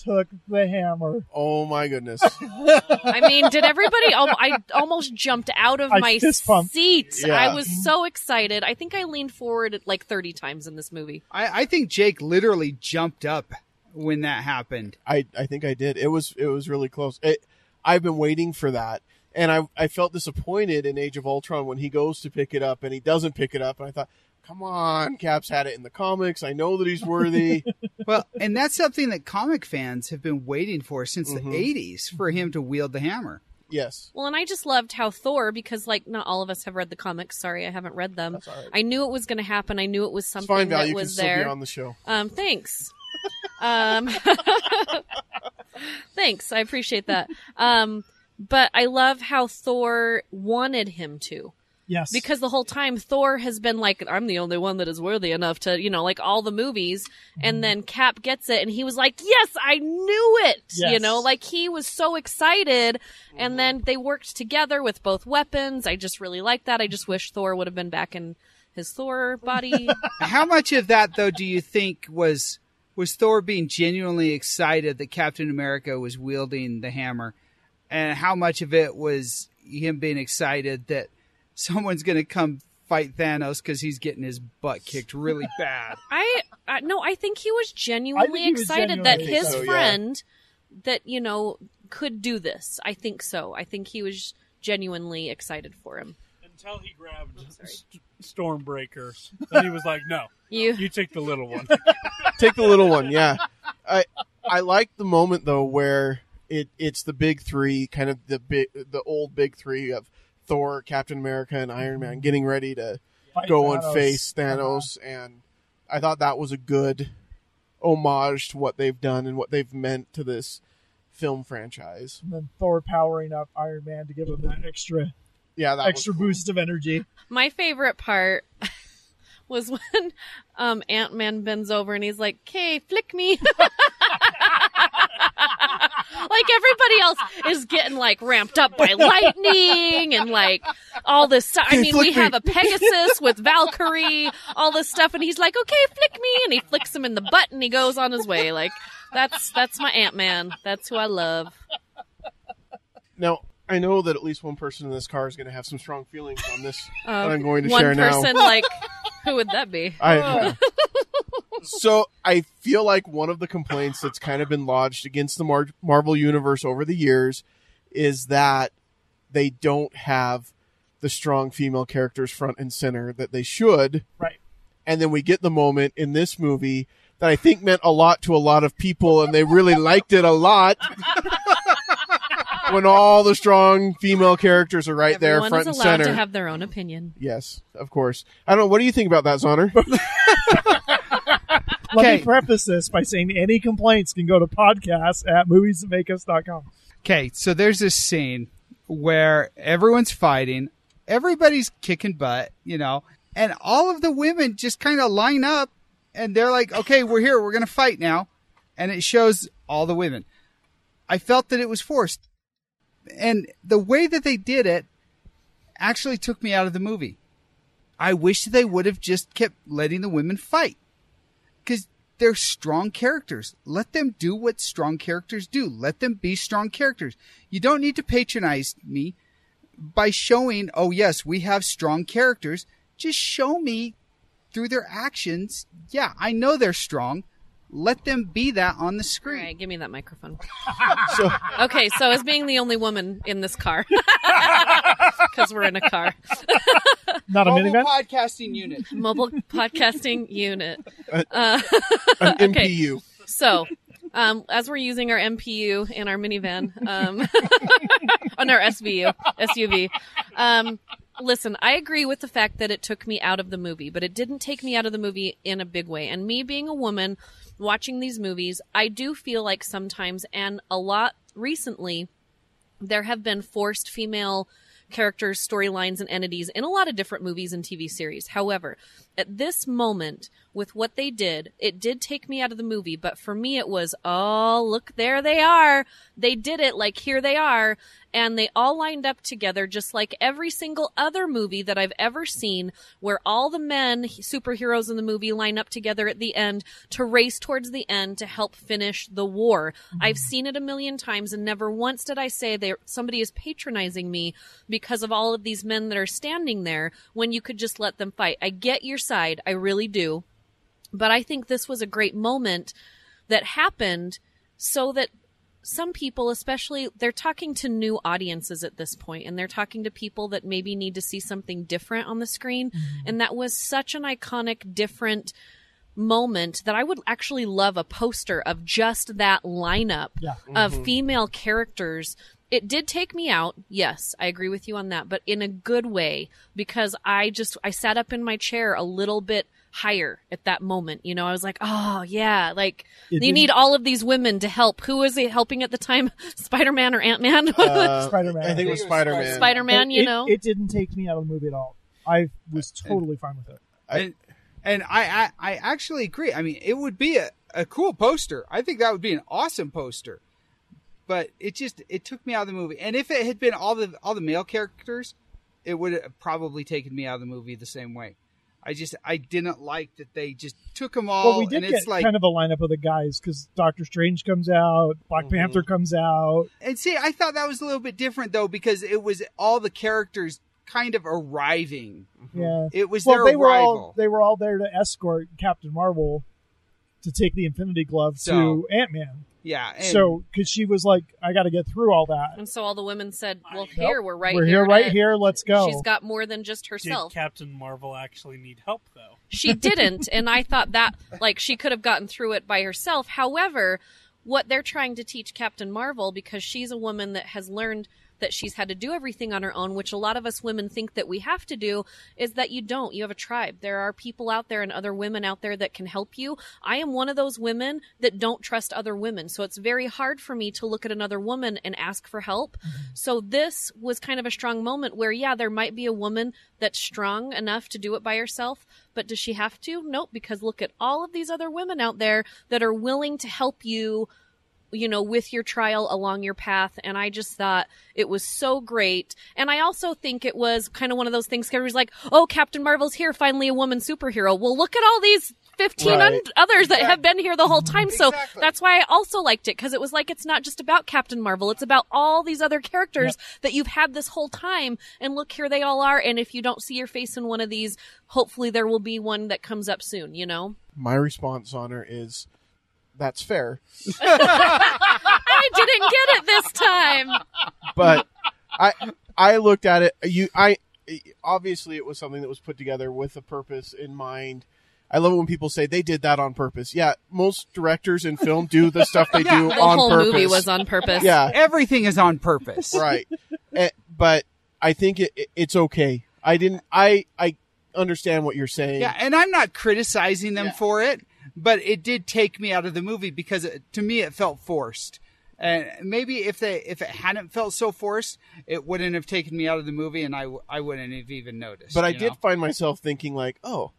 took the hammer.
oh my goodness.
I mean, did everybody? al- I almost jumped out of
I
my
fist pumped.
seat.
Yeah.
I was so excited. I think I leaned forward like 30 times in this movie.
I, I think Jake literally jumped up when that happened.
I, I think I did. It was it was really close. It, I've been waiting for that, and I I felt disappointed in Age of Ultron when he goes to pick it up and he doesn't pick it up, and I thought, come on, Cap's had it in the comics. I know that he's worthy.
Well, and that's something that comic fans have been waiting for since
Mhm.
the 80s for him to wield the hammer.
yes,
Well, and I just loved how Thor, because like not all of us have read the comics. Sorry, I haven't read them.
that's all right.
I knew it was going to happen. I knew it was
It's
something
fine, Val.
that
You can
was
still
there.
be on the show.
Um, thanks. um, thanks. I appreciate that. Um, but I love how Thor wanted him to.
Yes,
because the whole time Thor has been like, I'm the only one that is worthy enough to, you know, like all the movies. And then Cap gets it and he was like, Yes, I knew it. You
Yes.
know, like he was so excited. And then they worked together with both weapons. I just really like that. I just wish Thor would have been back in his Thor body.
How much of that though do you think was was Thor being genuinely excited that Captain America was wielding the hammer and how much of it was him being excited that someone's going to come fight Thanos cuz he's getting his butt kicked really bad.
I, I no, I think he was genuinely
he was
excited
genuinely
that
I think
his
so, yeah.
friend that, you know, could do this. I think so. I think he was genuinely excited for him.
Until he grabbed St- Stormbreaker, then he was like, "No,
You
you take the little one."
Take the little one. Yeah, I I like the moment though where it it's the big three, kind of the big the old big three of Thor, Captain America, and Iron
Mm-hmm.
Man getting ready to
Fight
go
Thanos.
and face Thanos, and I thought that was a good homage to what they've done and what they've meant to this film franchise.
and then Thor powering up Iron Man to give him that extra
Yeah, that
extra
was cool.
boost of energy.
My favorite part was when um, Ant Man bends over and he's like, "Okay, flick me." like everybody else is getting like ramped up by lightning and like all this stuff. I
Okay,
mean, we
flick me.
have a Pegasus with Valkyrie, all this stuff, and he's like, "Okay, flick me," and he flicks him in the butt and he goes on his way. Like that's that's my Ant Man. That's who I love.
Now I know that at least one person in this car is going to have some strong feelings on this that I'm going to
Um, one
share now.
person, like who would that be?
I, so I feel like one of the complaints that's kind of been lodged against the Mar- Marvel universe over the years is that they don't have the strong female characters front and center that they should.
Right.
And then we get the moment in this movie that I think meant a lot to a lot of people and they really liked it a lot. when all the strong female characters are right there
Everyone
front
is
and
allowed
center.
to have their own opinion.
yes, of course. I don't know what do you think about that, Zoner?
Let
Okay.
me preface this by saying any complaints can go to podcast at moviesthatmakeus.com.
Okay, so there's this scene where everyone's fighting, everybody's kicking butt, you know, and all of the women just kind of line up and they're like, okay, we're here, we're going to fight now. And it shows all the women. I felt that it was forced. And the way that they did it actually took me out of the movie. I wish they would have just kept letting the women fight because they're strong characters. Let them do what strong characters do. Let them be strong characters. You don't need to patronize me by showing, oh, yes, we have strong characters. Just show me through their actions. Yeah, I know they're strong. Let them be that on the
All
screen.
right, give me that microphone.
So-
okay, so as being the only woman in this car, because we're in a car,
Not a minivan.
podcasting unit.
mobile podcasting unit.
an
Okay.
MPU.
So, Um, as we're using our MPU in our minivan, um, on our SVU, SUV. Um, listen, I agree with the fact that it took me out of the movie, but it didn't take me out of the movie in a big way. And me being a woman watching these movies, I do feel like sometimes and a lot recently, there have been forced female characters, storylines, and entities in a lot of different movies and TV series. However, at this moment, with what they did, it did take me out of the movie, but for me, it was, oh, look, there they are. They did it, like, here they are. And they all lined up together, just like every single other movie that I've ever seen, where all the men, superheroes in the movie, line up together at the end to race towards the end to help finish the war. I've seen it a million times, and never once did I say that somebody is patronizing me because of all of these men that are standing there when you could just let them fight. I get your side. I really do. But I think this was a great moment that happened so that some people, especially, they're talking to new audiences at this point and they're talking to people that maybe need to see something different on the screen.
Mm-hmm.
And that was such an iconic, different moment that I would actually love a poster of just that lineup
Yeah.
of female characters. It did take me out. Yes, I agree with you on that, but in a good way because I just I sat up in my chair a little bit higher at that moment. You know, I was like, "Oh, yeah, like
It
you
didn't-
need all of these women to help. Who was it helping at the time? Spider-Man or Ant-Man?
Uh,
Spider-Man.
I think it was Spider Man.
Spider-Man, you
it,
know.
it didn't take me out of the movie at all. I was totally fine with it.
I-
and and I, I I actually agree. I mean, it would be a, a cool poster. I think that would be an awesome poster. But it just it took me out of the movie. And if it had been all the all the male characters, it would have probably taken me out of the movie the same way. I just I didn't like that they just took them all.
well, we did
oh, and it's
get
like
kind of a lineup of the guys because Doctor Strange comes out, Black
Mm-hmm.
Panther comes out.
and see, I thought that was a little bit different though because it was all the characters kind of arriving.
Yeah.
It was
Well,
Mm-hmm. their
they were
arrival.
all they were all there to escort Captain Marvel to take the Infinity Glove
So-
to Ant Man.
yeah. And,
So, because she was like, "I got to get through all that.
and so all the women said, "Well,
Nope.
here we're right
we're
here,
here,
in
right
it.
here. Let's go."
She's got more than just herself.
Did Captain Marvel actually need help though?
she didn't and i thought that like she could have gotten through it by herself however what they're trying to teach captain marvel because she's a woman that has learned that she's had to do everything on her own which a lot of us women think that we have to do is that you don't you have a tribe there are people out there and other women out there that can help you i am one of those women that don't trust other women so it's very hard for me to look at another woman and ask for help so this was kind of a strong moment where, yeah, there might be a woman that's strong enough to do it by herself, but does she have to? Nope, because look at all of these other women out there that are willing to help you, you know, with your trial along your path. And I just thought it was so great. And I also think it was kind of one of those things where it was like, oh, Captain Marvel's here, finally a woman superhero. Well, look at all these 15 un-
Right.
others that have been here the whole time. So
Exactly.
that's why I also liked it because it was like it's not just about Captain Marvel; it's about all these other characters that you've had this whole time. And look, here they all are. And if you don't see your face in one of these, hopefully there will be one that comes up soon. You know,
My response on her is, that's fair,
I didn't get it this time.
but I I looked at it. You I obviously it was something that was put together with a purpose in mind. I love it when people say they did that on purpose. Yeah, most directors in film do the stuff they do
The
on
whole
purpose.
movie was on purpose.
yeah,
everything is on purpose.
right Eh, but i think it, it- it's okay i didn't i i understand what you're saying
Yeah, and I'm not criticizing them for it, but it did take me out of the movie because it, to me it felt forced. And maybe if they if it hadn't felt so forced, it wouldn't have taken me out of the movie, and I, w- I wouldn't have even noticed.
but i
you
did
know?
find myself thinking like oh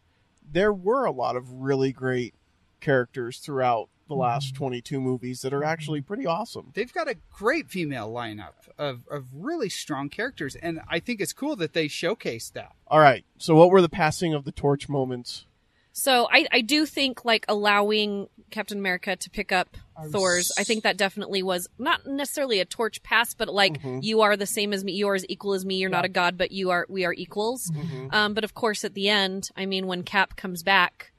there were a lot of really great characters throughout the
Mm-hmm.
last 22 movies that are actually pretty awesome
They've got a great female lineup of of really strong characters, and I think it's cool that they showcased that.
all right so what were the passing of the torch moments
So I, I do think like allowing Captain America to pick up Thor's, I think that definitely was not necessarily a torch pass, but like
Mm-hmm.
you are the same as me, you are as equal as me. You're not a god, but you are we are equals.
Mm-hmm.
Mm-hmm.
Um, but of course, at the end, I mean, when Cap comes back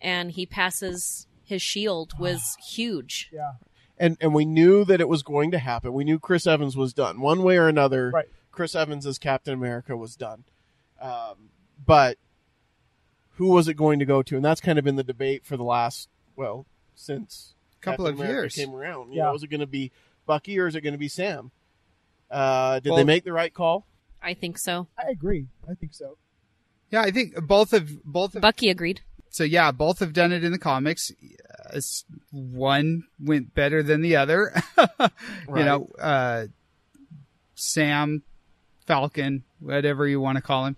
and he passes his shield was huge.
yeah,
and and we knew that it was going to happen we knew chris evans was done one way or another
right.
chris evans as captain america was done um, but who was it going to go to? And that's kind of been the debate for the last, well, since
Couple
Captain
of
America
years.
came around. You
Yeah.
know, is it going to be Bucky or is it going to be Sam? Uh, did
Well-
they make the right call?
I think so.
I agree. I think so.
Yeah, I think both of both of
Bucky agreed.
so yeah, both have done it in the comics. Uh, it's- one went better than the other. You
Right.
know, uh, Sam Falcon, whatever you want to call him.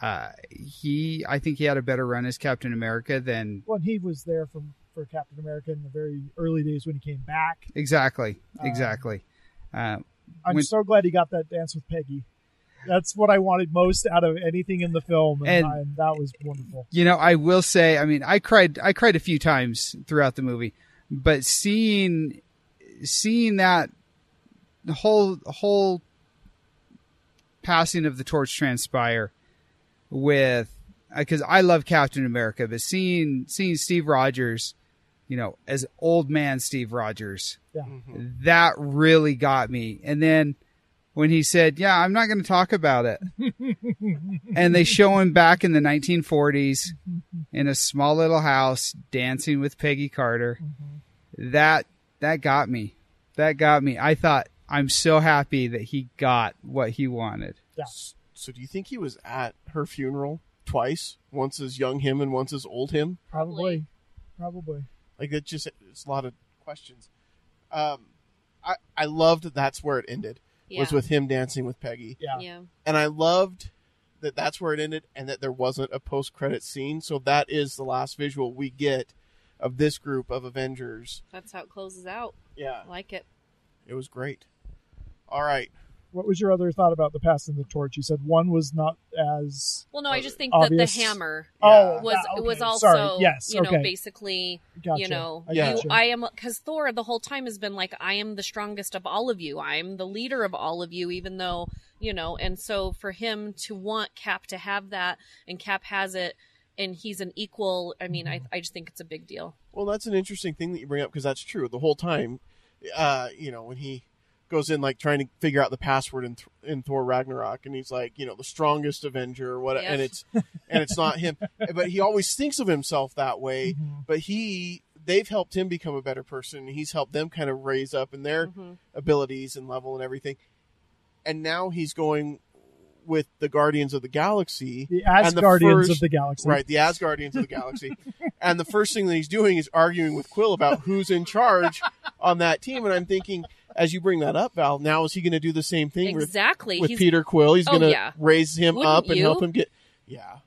Uh, he, I think he had a better run as Captain America than
Well, and he was there from for Captain America in the very early days when he came back.
exactly,
Um,
exactly. Uh,
I'm
When-
so glad he got that dance with Peggy. That's what I wanted most out of anything in the film, and,
And-
I'm- that was wonderful.
you know, I will say, I mean, I cried, I cried a few times throughout the movie, but seeing, seeing that whole, whole passing of the torch transpire with, because I love Captain America, but seeing, seeing Steve Rogers, you know, as old man Steve Rogers, that really got me. And then when he said, "Yeah, I'm not going to talk about it," and they show him back in the 1940s in a small little house dancing with Peggy Carter,
Mm-hmm.
that that got me. That got me. I thought I'm so happy that he got what he wanted.
Yeah.
So do you think he was at her funeral twice? Once as young him and once as old him?
Probably. Probably.
Like that just it's a lot of questions. Um, I I loved that that's where it ended
Yeah.
was with him dancing with Peggy,
Yeah.
yeah.
and I loved that that's where it ended, and that there wasn't a post credit scene. So that is the last visual we get of this group of Avengers.
That's how it closes out.
Yeah,
I like it.
it was great. All right,
What was your other thought about the passing of the torch? You said one was not as
Well, no, I just think
Obvious.
that the hammer
Yeah.
oh
was
yeah, okay.
was also
Sorry. yes
you know
okay
basically
gotcha.
you know
I
Yeah.
you,
gotcha.
I am because Thor the whole time has been like I am the strongest of all of you. I'm the leader of all of you, even though you know. And so for him to want Cap to have that, and Cap has it, and he's an equal. I mean, I I just think it's a big deal.
Well, that's an interesting thing that you bring up because that's true. The whole time, uh, you know, when he goes in like trying to figure out the password in, Th- in Thor Ragnarok, and he's like, you know, the strongest Avenger, or what,
Yeah.
and it's and it's not him, but he always thinks of himself that way.
Mhm.
But he, they've helped him become a better person. He's helped them kind of raise up in their
hmm
abilities and level and everything. And now he's going with the Guardians of the Galaxy,
the
and the
Asgardians of
first-
the galaxy
Right, the Asgardians of the galaxy. and the first thing that he's doing is arguing with Quill about who's in charge on that team. And I'm thinking, as you bring that up, Val, now is he going to do the same thing
Exactly.
with, with
He's,
Peter Quill? He's
Oh,
going to
yeah.
raise him
Wouldn't
up and
you?
help him get. Yeah.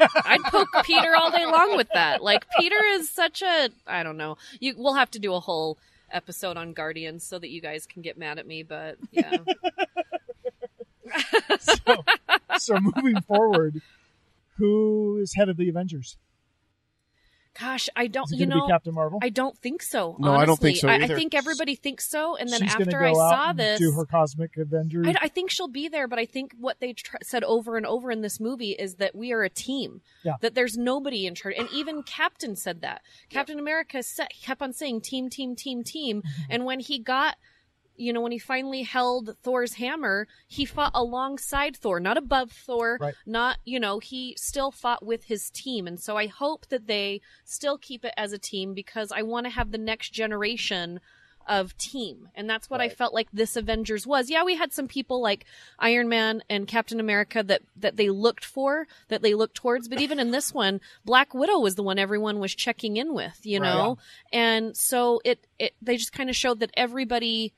I'd poke Peter all day long with that. Like Peter is such a I don't know. You we'll have to do a whole episode on Guardians so that you guys can get mad at me, but yeah.
so, so moving forward who is head of the avengers
Gosh, I don't
is it
you
going to
know
be captain marvel
I don't think so.
No, I don't
honestly.
think so
I, I
either.
think everybody thinks so, and then
She's gonna
after
go
I
out
saw
and
this,
do her cosmic avenger
I, I think she'll be there. But I think what they tr- said over and over in this movie is that we are a team.
Yeah.
That there's nobody in charge, and even Captain said that. Captain America sa kept on saying team, team, team, team,
Mm-hmm.
and when he got. You know, when he finally held Thor's hammer, he fought alongside Thor, not above Thor,
Right.
not, you know, he still fought with his team. And so I hope that they still keep it as a team because I want to have the next generation of team. And that's what I felt like this Avengers was. Yeah, we had some people like Iron Man and Captain America that that they looked for, that they looked towards, but even in this one, Black Widow was the one everyone was checking in with, you
Right.
know. And so it it they just kind of showed that everybody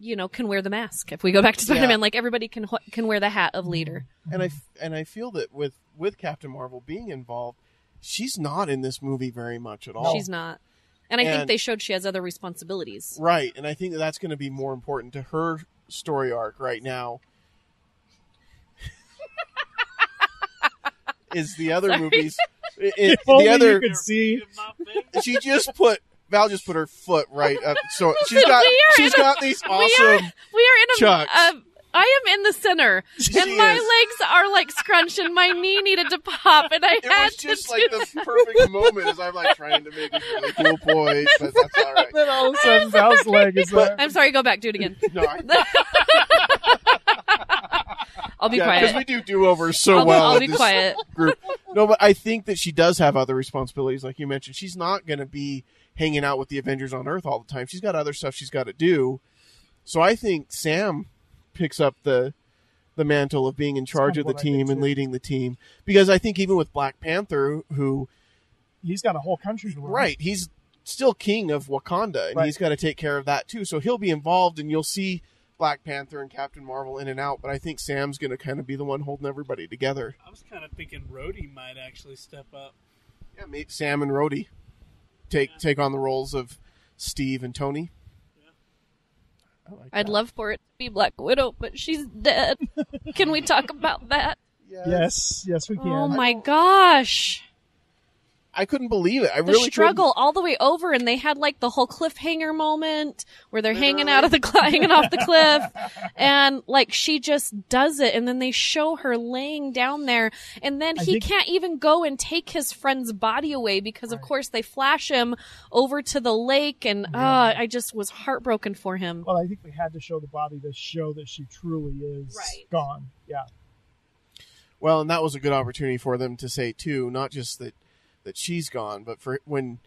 you know can wear the mask. If we go back to
Yeah.
Spider-Man, like everybody can ho- can wear the hat of leader.
And I, f- and I feel that with, with Captain Marvel being involved, she's not in this movie very much at all.
She's not. And I think
Oh. And-
they showed she has other responsibilities.
Right. And I think that that's going to be more important to her story arc right now. is the other movies i- i-
if only
the
you
other
could see
she just put Val just put her foot right up so she's got
We are
she's
in a-
got these
we are-
awesome
We are in a.
Chucks.
a I am in the center,
She
and my
is.
legs are like scrunched, and my knee needed to pop, and I
it
had
was
to
just
do
like
that.
the perfect moment as I'm like trying to make a really cool point but that's all right
then all of a sudden Val's leg is there.
I'm sorry, go back, do it again.
no I,
I'll be
yeah,
quiet.
because we do do overs so
I'll, be-
well
I'll
with
be
this
quiet.
group No, but I think that she does have other responsibilities, like you mentioned. She's not going to be hanging out with the Avengers on Earth all the time. She's got other stuff she's got to do. So I think Sam picks up the the mantle of being in charge
kind
of
of
the
what I think,
team and
too.
leading the team because I think even with Black Panther, who
He's got a whole country to run.
Right. He's still king of Wakanda, and
Right.
he's got to take care of that too. So he'll be involved, and you'll see Black Panther and Captain Marvel in and out. But I think Sam's going to kind of be the one holding everybody together.
I was kind of thinking Rhodey might actually step up.
Yeah, ma- Sam and Rhodey take take on the roles of Steve and Tony. I like
I'd
that.
love for it to be Black Widow, but she's dead. Can we talk about that?
Yes, yes, we can.
Oh my gosh.
I couldn't believe it. I
The
really
struggle all the way over, and they had like the whole cliffhanger moment where they're hanging out of the cl- hanging off the cliff, and like she just does it, and then they show her laying down there, and then
I
he
think-
can't even go and take his friend's body away because, of course, they flash him over to the lake, and uh, I just was heartbroken for him.
Well, I think we had to show the body to show that she truly is
Right.
gone. Yeah.
Couldn't, well, and that was a good opportunity for them to say too, not just that that she's gone, but for when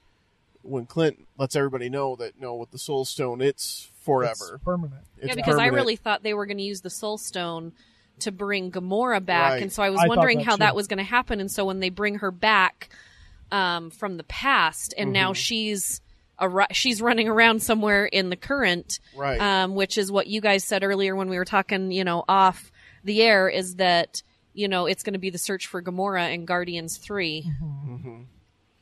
when Clint lets everybody know that no, with the Soul Stone, it's forever.
It's permanent.
It's
yeah, because
permanent.
I really thought they were going to use the Soul Stone to bring Gamora back,
Right.
and so I was
I thought
wondering
that
how that
too.
was going to happen. And so when they bring her back um, from the past, and now she's a, ru- she's running around somewhere in the current,
Right.
um, which is what you guys said earlier when we were talking, you know, off the air, is that you know it's going to be the search for Gamora in Guardians 3
Mm-hmm.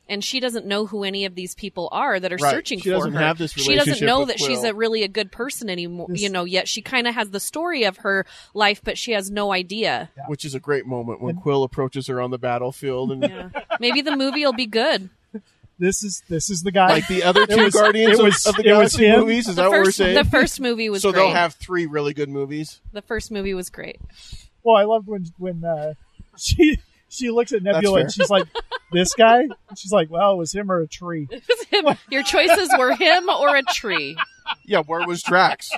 And she doesn't know who any of these people are that are
Right.
searching
She
for
doesn't
her.
have this
she doesn't
relationship
know
with
that she's
Quill.
a really a good person anymore,
This-
you know, yet she kind of has the story of her life, but she has no idea.
which is a great moment when Quill approaches her on the battlefield and
Yeah. Maybe the movie will be good.
This is this is the guy.
like the other
It
two
was-
Guardians
it
of-
was-
of, the
it was
Galaxy
him.
movies. Is
The
that what we're
first,
saying?
the first movie was
so
great.
they'll have three really good movies.
the first movie was great.
well, Oh, I loved when when uh, she she looks at Nebula and
fair.
she's like, "This guy." And she's like, "Well, it was him or a tree."
Your choices were him or a tree.
Yeah, where was Drax?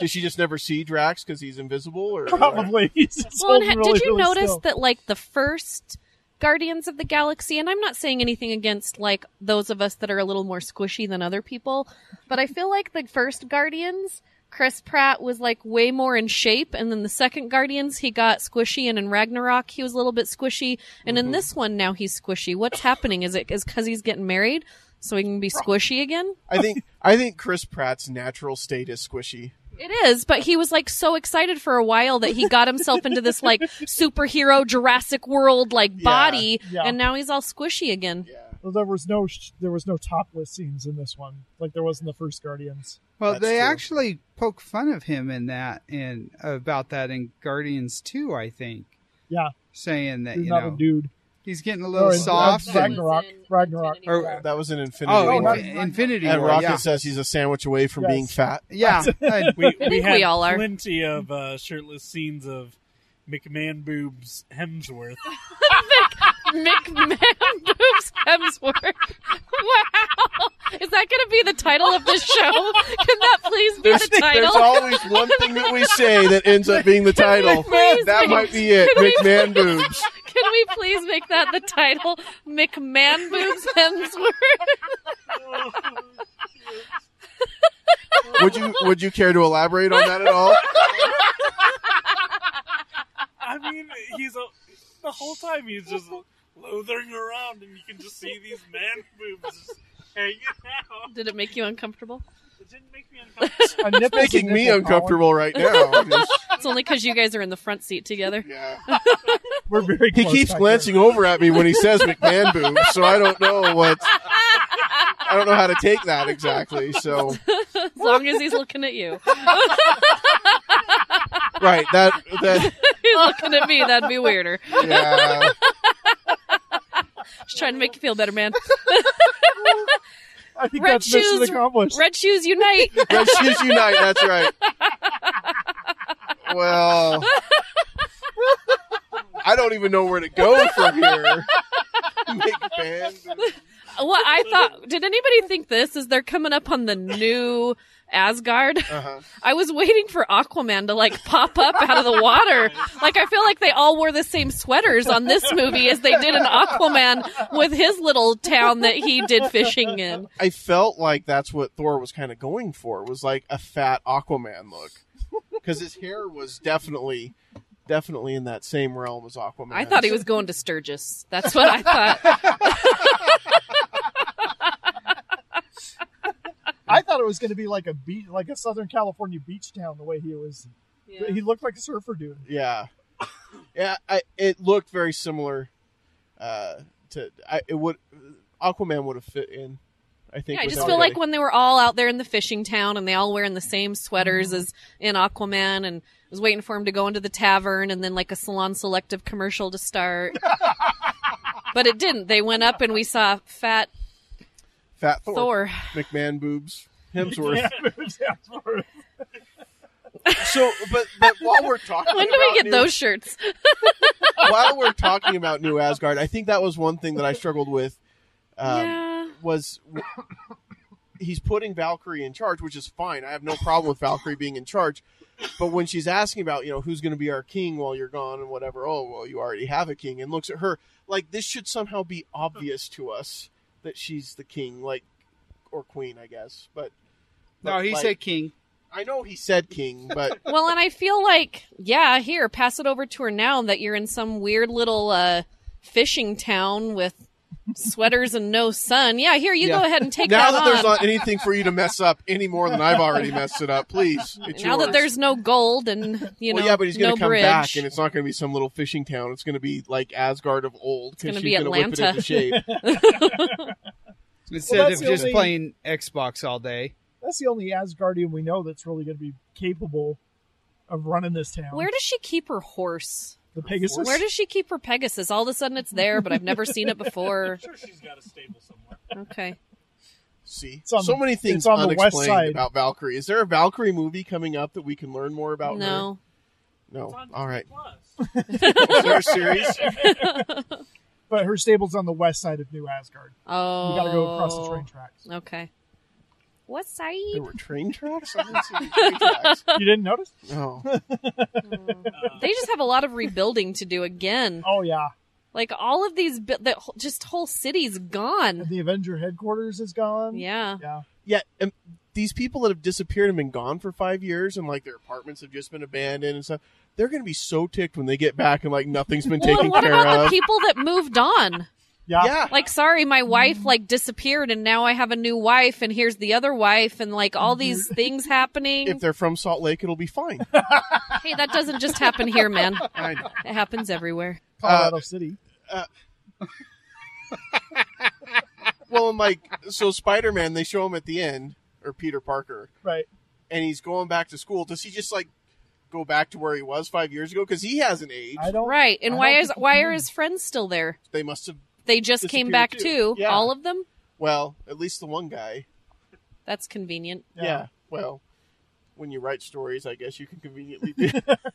Did she just never see Drax because he's invisible? Or
Probably. He's just
Well, and
holding
ha-
really,
did you
really
notice
still.
that like the first Guardians of the Galaxy, and I'm not saying anything against like those of us that are a little more squishy than other people, but I feel like the first Guardians, Chris Pratt was like way more in shape, and then the second Guardians, he got squishy, and in Ragnarok, he was a little bit squishy, and
Mm-hmm.
in this one now he's squishy. What's happening? Is it is because he's getting married, so he can be squishy again?
I think I think Chris Pratt's natural state is squishy.
It is, but he was like so excited for a while that he got himself into this like superhero Jurassic World like body,
yeah.
and now he's all squishy again.
Well, there was no sh- there was no topless scenes in this one, like there was in the first Guardians.
Well,
That's
they
true.
actually poke fun of him in that and about that in Guardians 2, I think,
Yeah,
saying that
he's
Uh, you
not
know
a dude.
he's getting a little
Or in-
soft.
Ragnarok.
and-
Ragnarok.
Or-
War.
That was an Infinity
oh,
War.
Infinity War.
Infin- Infinity
and
War,
Rocket
yeah,
says he's a sandwich away from
Yes.
being fat.
yeah. I-
We, we
think
had
we all are.
plenty of uh, shirtless scenes of McMahon boobs Hemsworth.
McMahon boobs Hemsworth. Wow, is that going to be the title of this show? Can that please be the title?
There's always one thing that we say that ends up being the title.
Please
that
make-
might be it.
Can we-
McMahon boobs.
Can we please make that the title? McMahon boobs Hemsworth.
Would you would you care to elaborate on that at all?
I mean, he's a, the whole time he's just loathering around, and you can just see these man boobs just hanging out.
Did it make you uncomfortable?
It didn't make me uncomfortable.
A nipple's a
Making me
nipple, Colin.
uncomfortable right now. I'm just-
It's only because you guys are in the front seat together.
Yeah.
We're very.
He
close
keeps
back
glancing over at me when he says McMahon boobs, so I don't know what I don't know how to take that exactly. So
As long as he's looking at you.
right, that that
He's looking at me. That'd be weirder.
yeah.
Just trying to make you feel better, man.
there. I think
Red
that's mission
shoes,
accomplished.
Red shoes unite.
Red Shoes Unite, that's right. Well I don't even know where to go from here. McMahon boobs.
what I thought. Did anybody think this is they're coming up on the new Asgard?
Uh-huh.
I was waiting for Aquaman to like pop up out of the water. Like I feel like they all wore the same sweaters on this movie as they did in Aquaman with his little town that he did fishing in.
I felt like that's what Thor was kind of going for was like a fat Aquaman look, because his hair was definitely, definitely in that same realm as Aquaman.
I thought he was going to Sturgis. That's what I thought.
I thought it was going to be like a beach, like a Southern California beach town. The way he was, he looked like a surfer dude.
Yeah, yeah. I, it looked very similar. Uh, to I, it would Aquaman would have fit in. I think.
Yeah, I
with
just feel like
everybody.
when they were all out there in the fishing town and they all wearing the same sweaters
Mm-hmm.
as in Aquaman and I was waiting for him to go into the tavern and then like a salon selective commercial to start. but it didn't. They went up and we saw fat
fat Thor,
Thor.
McMahon boobs Hemsworth.
Yeah, that's worth.
So, but but while we're talking,
When do we
about
get
new-
those shirts?
while we're talking about New Asgard, I think that was one thing that I struggled with. Um,
yeah.
was he's putting Valkyrie in charge, which is fine. I have no problem with Valkyrie being in charge. But when she's asking about, you know, who's going to be our king while you're gone and whatever, oh, well, you already have a king, and looks at her like this should somehow be obvious to us that she's the king, like, or queen, I guess. But,
No,
but,
he
like,
said king.
I know he said king, but
Well, and I feel like, yeah, here, pass it over to her now that you're in some weird little uh, fishing town with sweaters and no sun. Yeah, here, you
Yeah.
go ahead and take
now
that
that
on.
there's not anything for you to mess up any more than I've already messed it up, please. It's
now that
yours.
there's no gold and you know
well, yeah, but he's
no
going to come
bridge.
back, and it's not going to be some little fishing town. It's going to be like Asgard of old
gonna
because
be
she's going to whip it
Atlanta.
into shape.
Instead
that's
of
the
just
only-
playing Xbox all day.
That's the only Asgardian we know that's really going to be capable of running this town.
Where does she keep her horse?
the Pegasus?
Where does she keep her Pegasus? All of a sudden it's there, but I've never seen it before.
sure she's got a stable somewhere.
Okay.
See,
It's on
so
the-
many things
it's on the west
unexplained
side.
about Valkyrie. Is there a Valkyrie movie coming up that we can learn more about? her?
No.
It's
no.
on
All right,
Plus.
is there a series?
but her stable's on the west side of New Asgard.
Oh.
We got to go across the train tracks.
Okay. What side?
There were train tracks. I didn't see any train tracks.
You didn't notice?
No,
Hmm. They just have a lot of rebuilding to do again.
Oh yeah,
Like all of these, bu- the wh- just whole city's gone.
the Avenger headquarters is gone.
Yeah.
yeah.
yeah. And these people that have disappeared and been gone for five years, and like their apartments have just been abandoned and stuff. They're going to be so ticked when they get back and like nothing's been
Well,
taken
and what
care
about the
of.
people that moved on?
Yeah.
yeah,
Like, sorry, my wife like disappeared, and now I have a new wife, and here's the other wife, and like all
Mm-hmm.
these things happening.
if they're from Salt Lake, it'll be fine.
Hey, that doesn't just happen here, man.
I know.
It happens everywhere.
Colorado City.
Well, and like, so Spider Man, they show him at the end, or Peter Parker,
Right.
and he's going back to school. Does he just like go back to where he was five years ago? Because he hasn't aged.
I don't.
Right. And
I
why
don't
is
think he
why
can.
are his friends still there?
They must have.
They just came
Disappeared
back
too.
too.
Yeah.
All of them?
Well, at least the one guy.
That's convenient.
Yeah. Well, when you write stories, I guess you can conveniently do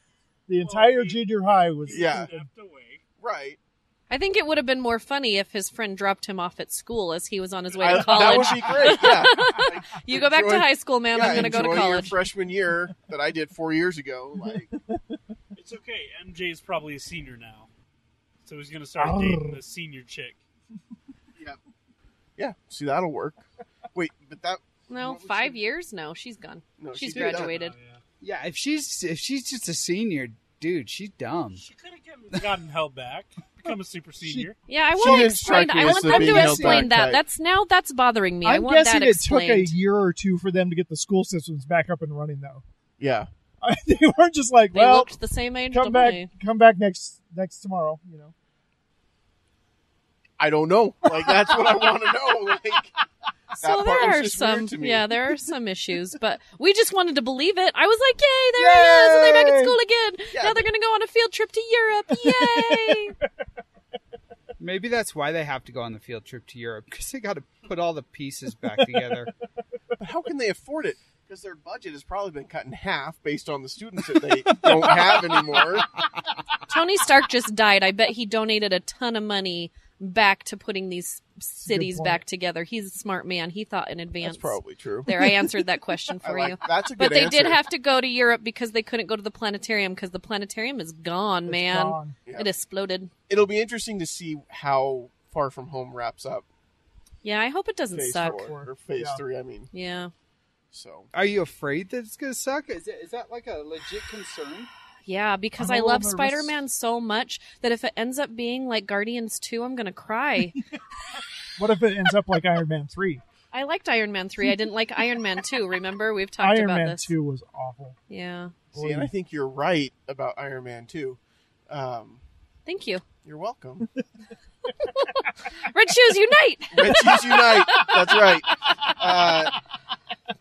The entire junior high was.
Yeah.
Stepped away.
right.
I think it would have been more funny if his friend dropped him off at school as he was on his way
I-
to
that
college.
would be great. Yeah. Like,
you go back to
enjoy-
high school, man.
yeah,
I'm going to go to
enjoy Your
college.
freshman year that I did four years ago. Like,
It's okay. MJ's probably a senior now. So he's going to start
Arr.
dating the senior chick.
yeah. Yeah. See, that'll work. Wait, but that.
no,
What was
five
her-
years? No, she's gone.
No,
she's
she did that.
graduated.
Oh, yeah.
Yeah, if she's if she's just a senior, dude, she's dumb.
She could have gotten held back, become a super senior.
Yeah, I
She
want to
didn't
explain.
strike me
I
as
want
the
them
being
to
held
explain
back
that.
type.
That's now that's bothering me. i
I'm
want
guessing
that
it took a
explained.
year or two for them to get the school systems back up and running, though.
Yeah.
they weren't just like,
They
well,
looked the same age.
come
to
back,
me.
come back next next tomorrow. You know,
I don't know. Like, that's what I want to know. Like,
So
part
there
was
are
just weird
some,
to me.
yeah, there are some issues, but we just wanted to believe it. I was like, yay, there it is, and they're back
Yay!
at school again.
Yeah.
Now they're going to go on a field trip to Europe. Yay!
Maybe that's why they have to go on the field trip to Europe because they got to put all the pieces back together.
But how can they afford it? Because their budget has probably been cut in half based on the students that they don't have anymore.
Tony Stark just died. I bet he donated a ton of money back to putting these cities
point.
back together. He's a smart man. He thought in advance.
That's probably true.
There, I answered that question
I
for
like-
you.
That's a good
But they did
answer.
have to go to Europe because they couldn't go to the planetarium because the planetarium is gone,
It's
man.
gone.
Yeah.
It exploded.
It'll be interesting to see how Far From Home wraps up
Yeah, I hope it doesn't
phase
suck.
four or phase
Yeah.
three. I mean,
Yeah.
so
Are you afraid that it's going to suck? Is that, is that like a legit concern?
Yeah,
I'm
because
a
I
little
love
nervous.
Spider Man so much that if it ends up being like Guardians 2, I'm going to cry.
What if it ends up like Iron Man three?
I liked Iron Man 3. I didn't like Iron Man 2. Remember? We've talked
Iron
about
Man
this.
two was awful.
Yeah.
see, and I think you're right about Iron Man too. Um,
Thank you.
you're welcome.
Red Shoes Unite!
Red Cheese Unite. That's right. Uh,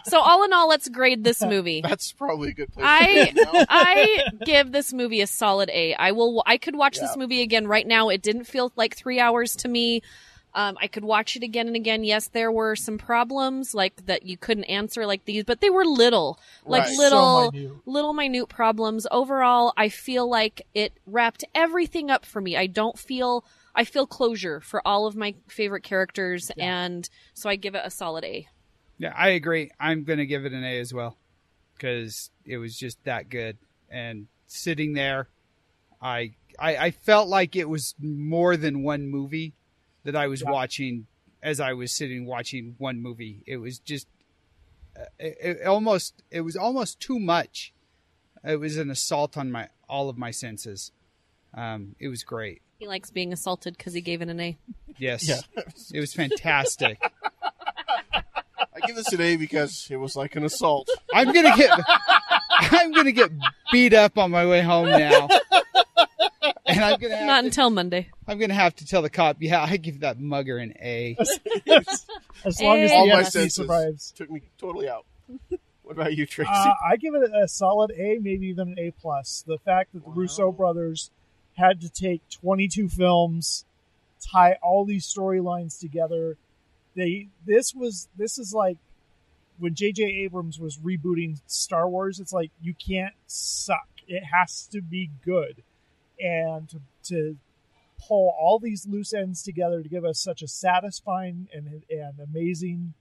So, all in all, let's grade this movie.
that's probably a good place.
I-
to go now.
I give this movie a solid A. I will. I could watch this
Yeah.
movie again right now. It didn't feel like three hours to me. Um, I could watch it again and again. Yes, there were some problems like that you couldn't answer like these, but they were little, like
Right.
little,
so minute.
little minute problems. Overall, I feel like it wrapped everything up for me. I don't feel I feel closure for all of my favorite characters, and so I give it a solid A.
Yeah, I agree. I'm going to give it an A as well because it was just that good. And sitting there, I, I I felt like it was more than one movie that I was
Yeah.
watching as I was sitting watching one movie. It was just uh, it, it almost it was almost too much. It was an assault on my all of my senses. Um, it was great.
He likes being assaulted because he gave it an A.
Yes,
Yeah.
it was fantastic.
I give this an A because it was like an assault.
I'm gonna get I'm gonna get beat up on my way home now. And I'm gonna
Not
have to,
until Monday.
I'm gonna have to tell the cop, yeah, I give that mugger an A.
As long as
All
the
my
entity
senses.
survives.
Took me totally out. What about you, Tracy?
Uh, I give it a solid A, maybe even an A plus. The fact that the
Wow.
Russo brothers had to take 22 films, tie all these storylines together. They this was this is like when J.J. Abrams was rebooting Star Wars. It's like you can't suck; it has to be good. And to, to pull all these loose ends together to give us such a satisfying and and amazing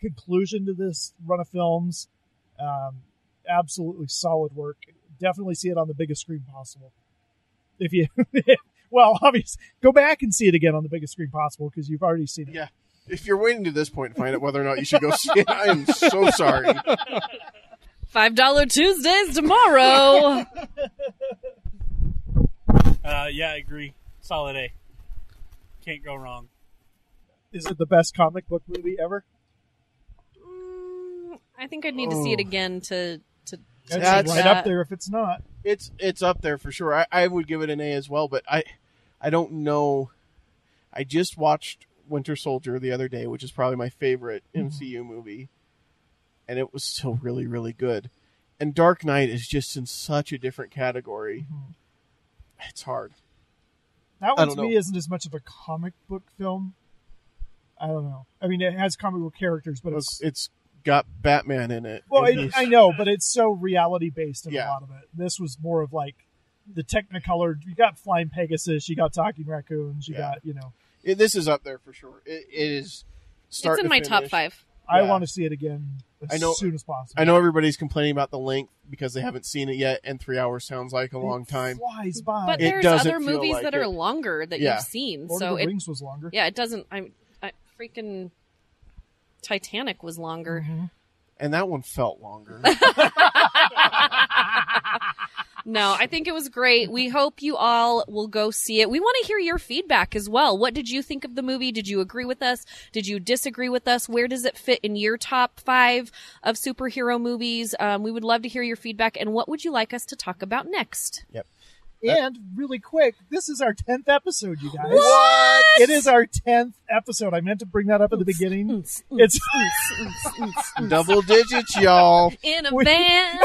conclusion to this run of films um, absolutely solid work. Definitely see it on the biggest screen possible. If you, well, obvious, go back and see it again on the biggest screen possible because you've already seen it.
Yeah. if you're waiting to this point to find out whether or not you should go see it, I am so sorry.
Five dollar Tuesdays tomorrow.
Uh, yeah, I agree. Solid A. Can't go wrong.
Is it the best comic book movie ever?
Mm, I think I'd need to see it
Oh.
again to to.
It's
That's-
right
uh,
up there if it's not.
It's it's up there for sure. I, I would give it an A as well, but I I don't know. I just watched Winter Soldier the other day, which is probably my favorite MCU movie, and it was still really really good. And Dark Knight is just in such a different category. It's hard.
That
I
one to
don't
me
know.
isn't as much of a comic book film. I don't know. I mean, it has comic book characters, but
It's,
it's.
it's got Batman in it.
Well,
It
I,
is-
I know, but it's so reality based in
Yeah.
a lot of it. This was more of like the Technicolor. You got Flying Pegasus, you got Talking Raccoons, you
Yeah.
got, you know.
It- this is up there for sure. It, it is. Start
It's in
to
my top
finish.
five.
I
Yeah.
want to see it again as
I know- uh,
soon as possible.
I know everybody's complaining about the length because they haven't seen it yet, and three hours sounds like a long
It
time.
Flies by.
But
It
there's
doesn't
other
feel
movies
like
that
it.
are longer that
Yeah.
you've seen.
Lord
so
of the
it,
Rings was longer.
yeah, it doesn't. I'm I, freaking Titanic was longer.
And that one felt longer.
No, I think it was great. We hope you all will go see it. We want to hear your feedback as well. What did you think of the movie? Did you agree with us? Did you disagree with us? Where does it fit in your top five of superhero movies? Um, we would love to hear your feedback. And what would you like us to talk about next?
And really quick, this is our 10th episode, you guys.
what?
It is our 10th episode. I meant to bring that up at the beginning.
Hmm.
It's
Double digits, y'all.
In a
We-
van,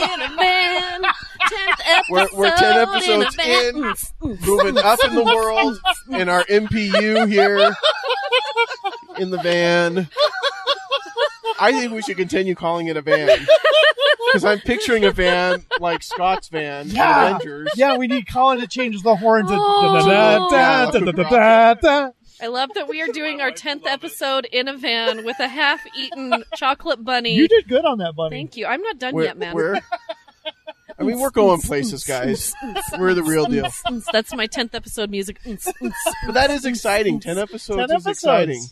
in a van. Tenth episode.
We're- we're 10 episodes
in. A
in.
van. Mm, mm.
Moving up in the world in our MPU here in the van. I think we should continue calling it a van because I'm picturing a van like Scott's van from
Yeah.
Avengers.
Yeah, we need Colin to change the horn to
Oh.
da- da- da- da- da- da- da- da.
I love that we are doing our 10th
Love it.
episode in a van with a half eaten chocolate bunny.
You did good on that, buddy.
Thank you. I'm not done
Where,
yet, man.
where? I mean, we're going places, guys. We're the real deal.
That's my 10th episode music.
But that is exciting. Ten episodes
Ten
is
episodes.
exciting.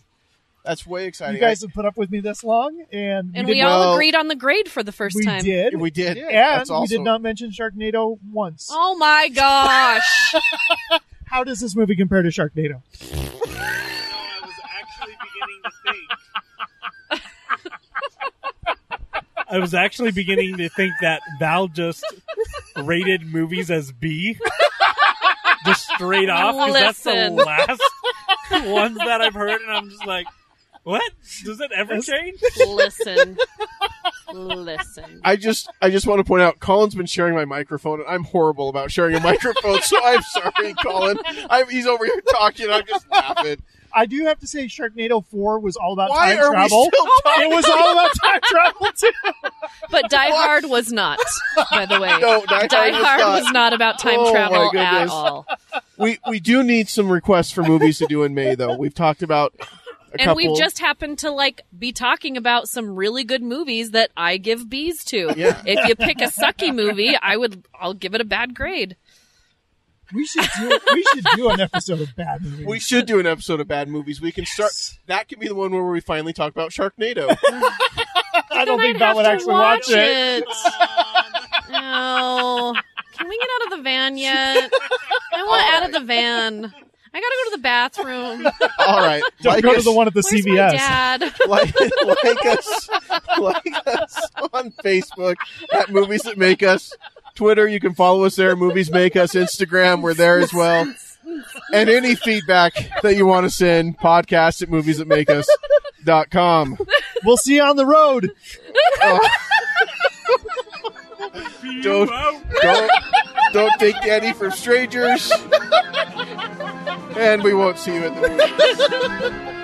That's way exciting.
You guys have put up with me this long, and we
And
did
we all
well.
agreed on the grade for the first
we
time.
I-
did,
we did.
Yeah.
and
That's also,
we did not mention Sharknado once.
Oh my gosh.
How does this movie compare to Sharknado?
I was actually beginning to think. I was actually beginning to think that Val just rated movies as B, just straight off because that's the
Listen.
last ones that I've heard, and I'm just like, what? Does it ever
That's-
change?
Listen. Listen.
I just, I just want to point out, Colin's been sharing my microphone, and I'm horrible about sharing a microphone. so I'm sorry, Colin. I'm, he's over here talking. I'm just laughing.
I do have to say, Sharknado Four was all about
Why
time
are
travel.
we still talking?
it was all about time travel too.
But Die Hard was not, by the way.
No, Die,
Die
Hard was
Hard
not.
was not about time
Oh, my
travel at
goodness.
all.
we we do need some requests for movies to do in May, though. We've talked about a couple.
And we've just happened to like be talking about some really good movies that I give B's to.
Yeah.
If you pick a sucky movie, I would I'll give it a bad grade.
We should do. We should do an episode of bad movies.
we should do an episode of bad movies. We can start.
Yes.
That could be the one where we finally talk about Sharknado.
I don't
Then
think that
I'd have
would
to
actually watch, it.
No. Can we get out of the van yet? I want
All
out of the van. I gotta go to the bathroom.
All right,
Don't
like
go to
us-
the one at the
Where's my
CVS.
dad?
Like, like us, like us on Facebook at Movies That Make Us. Twitter, you can follow us there. Movies Make Us. Instagram, we're there as well. And any feedback that you want to send, podcast at movies that make us dot com.
We'll see you on the road.
Don't- don't, don't take Danny from strangers. and we won't see you at the movie.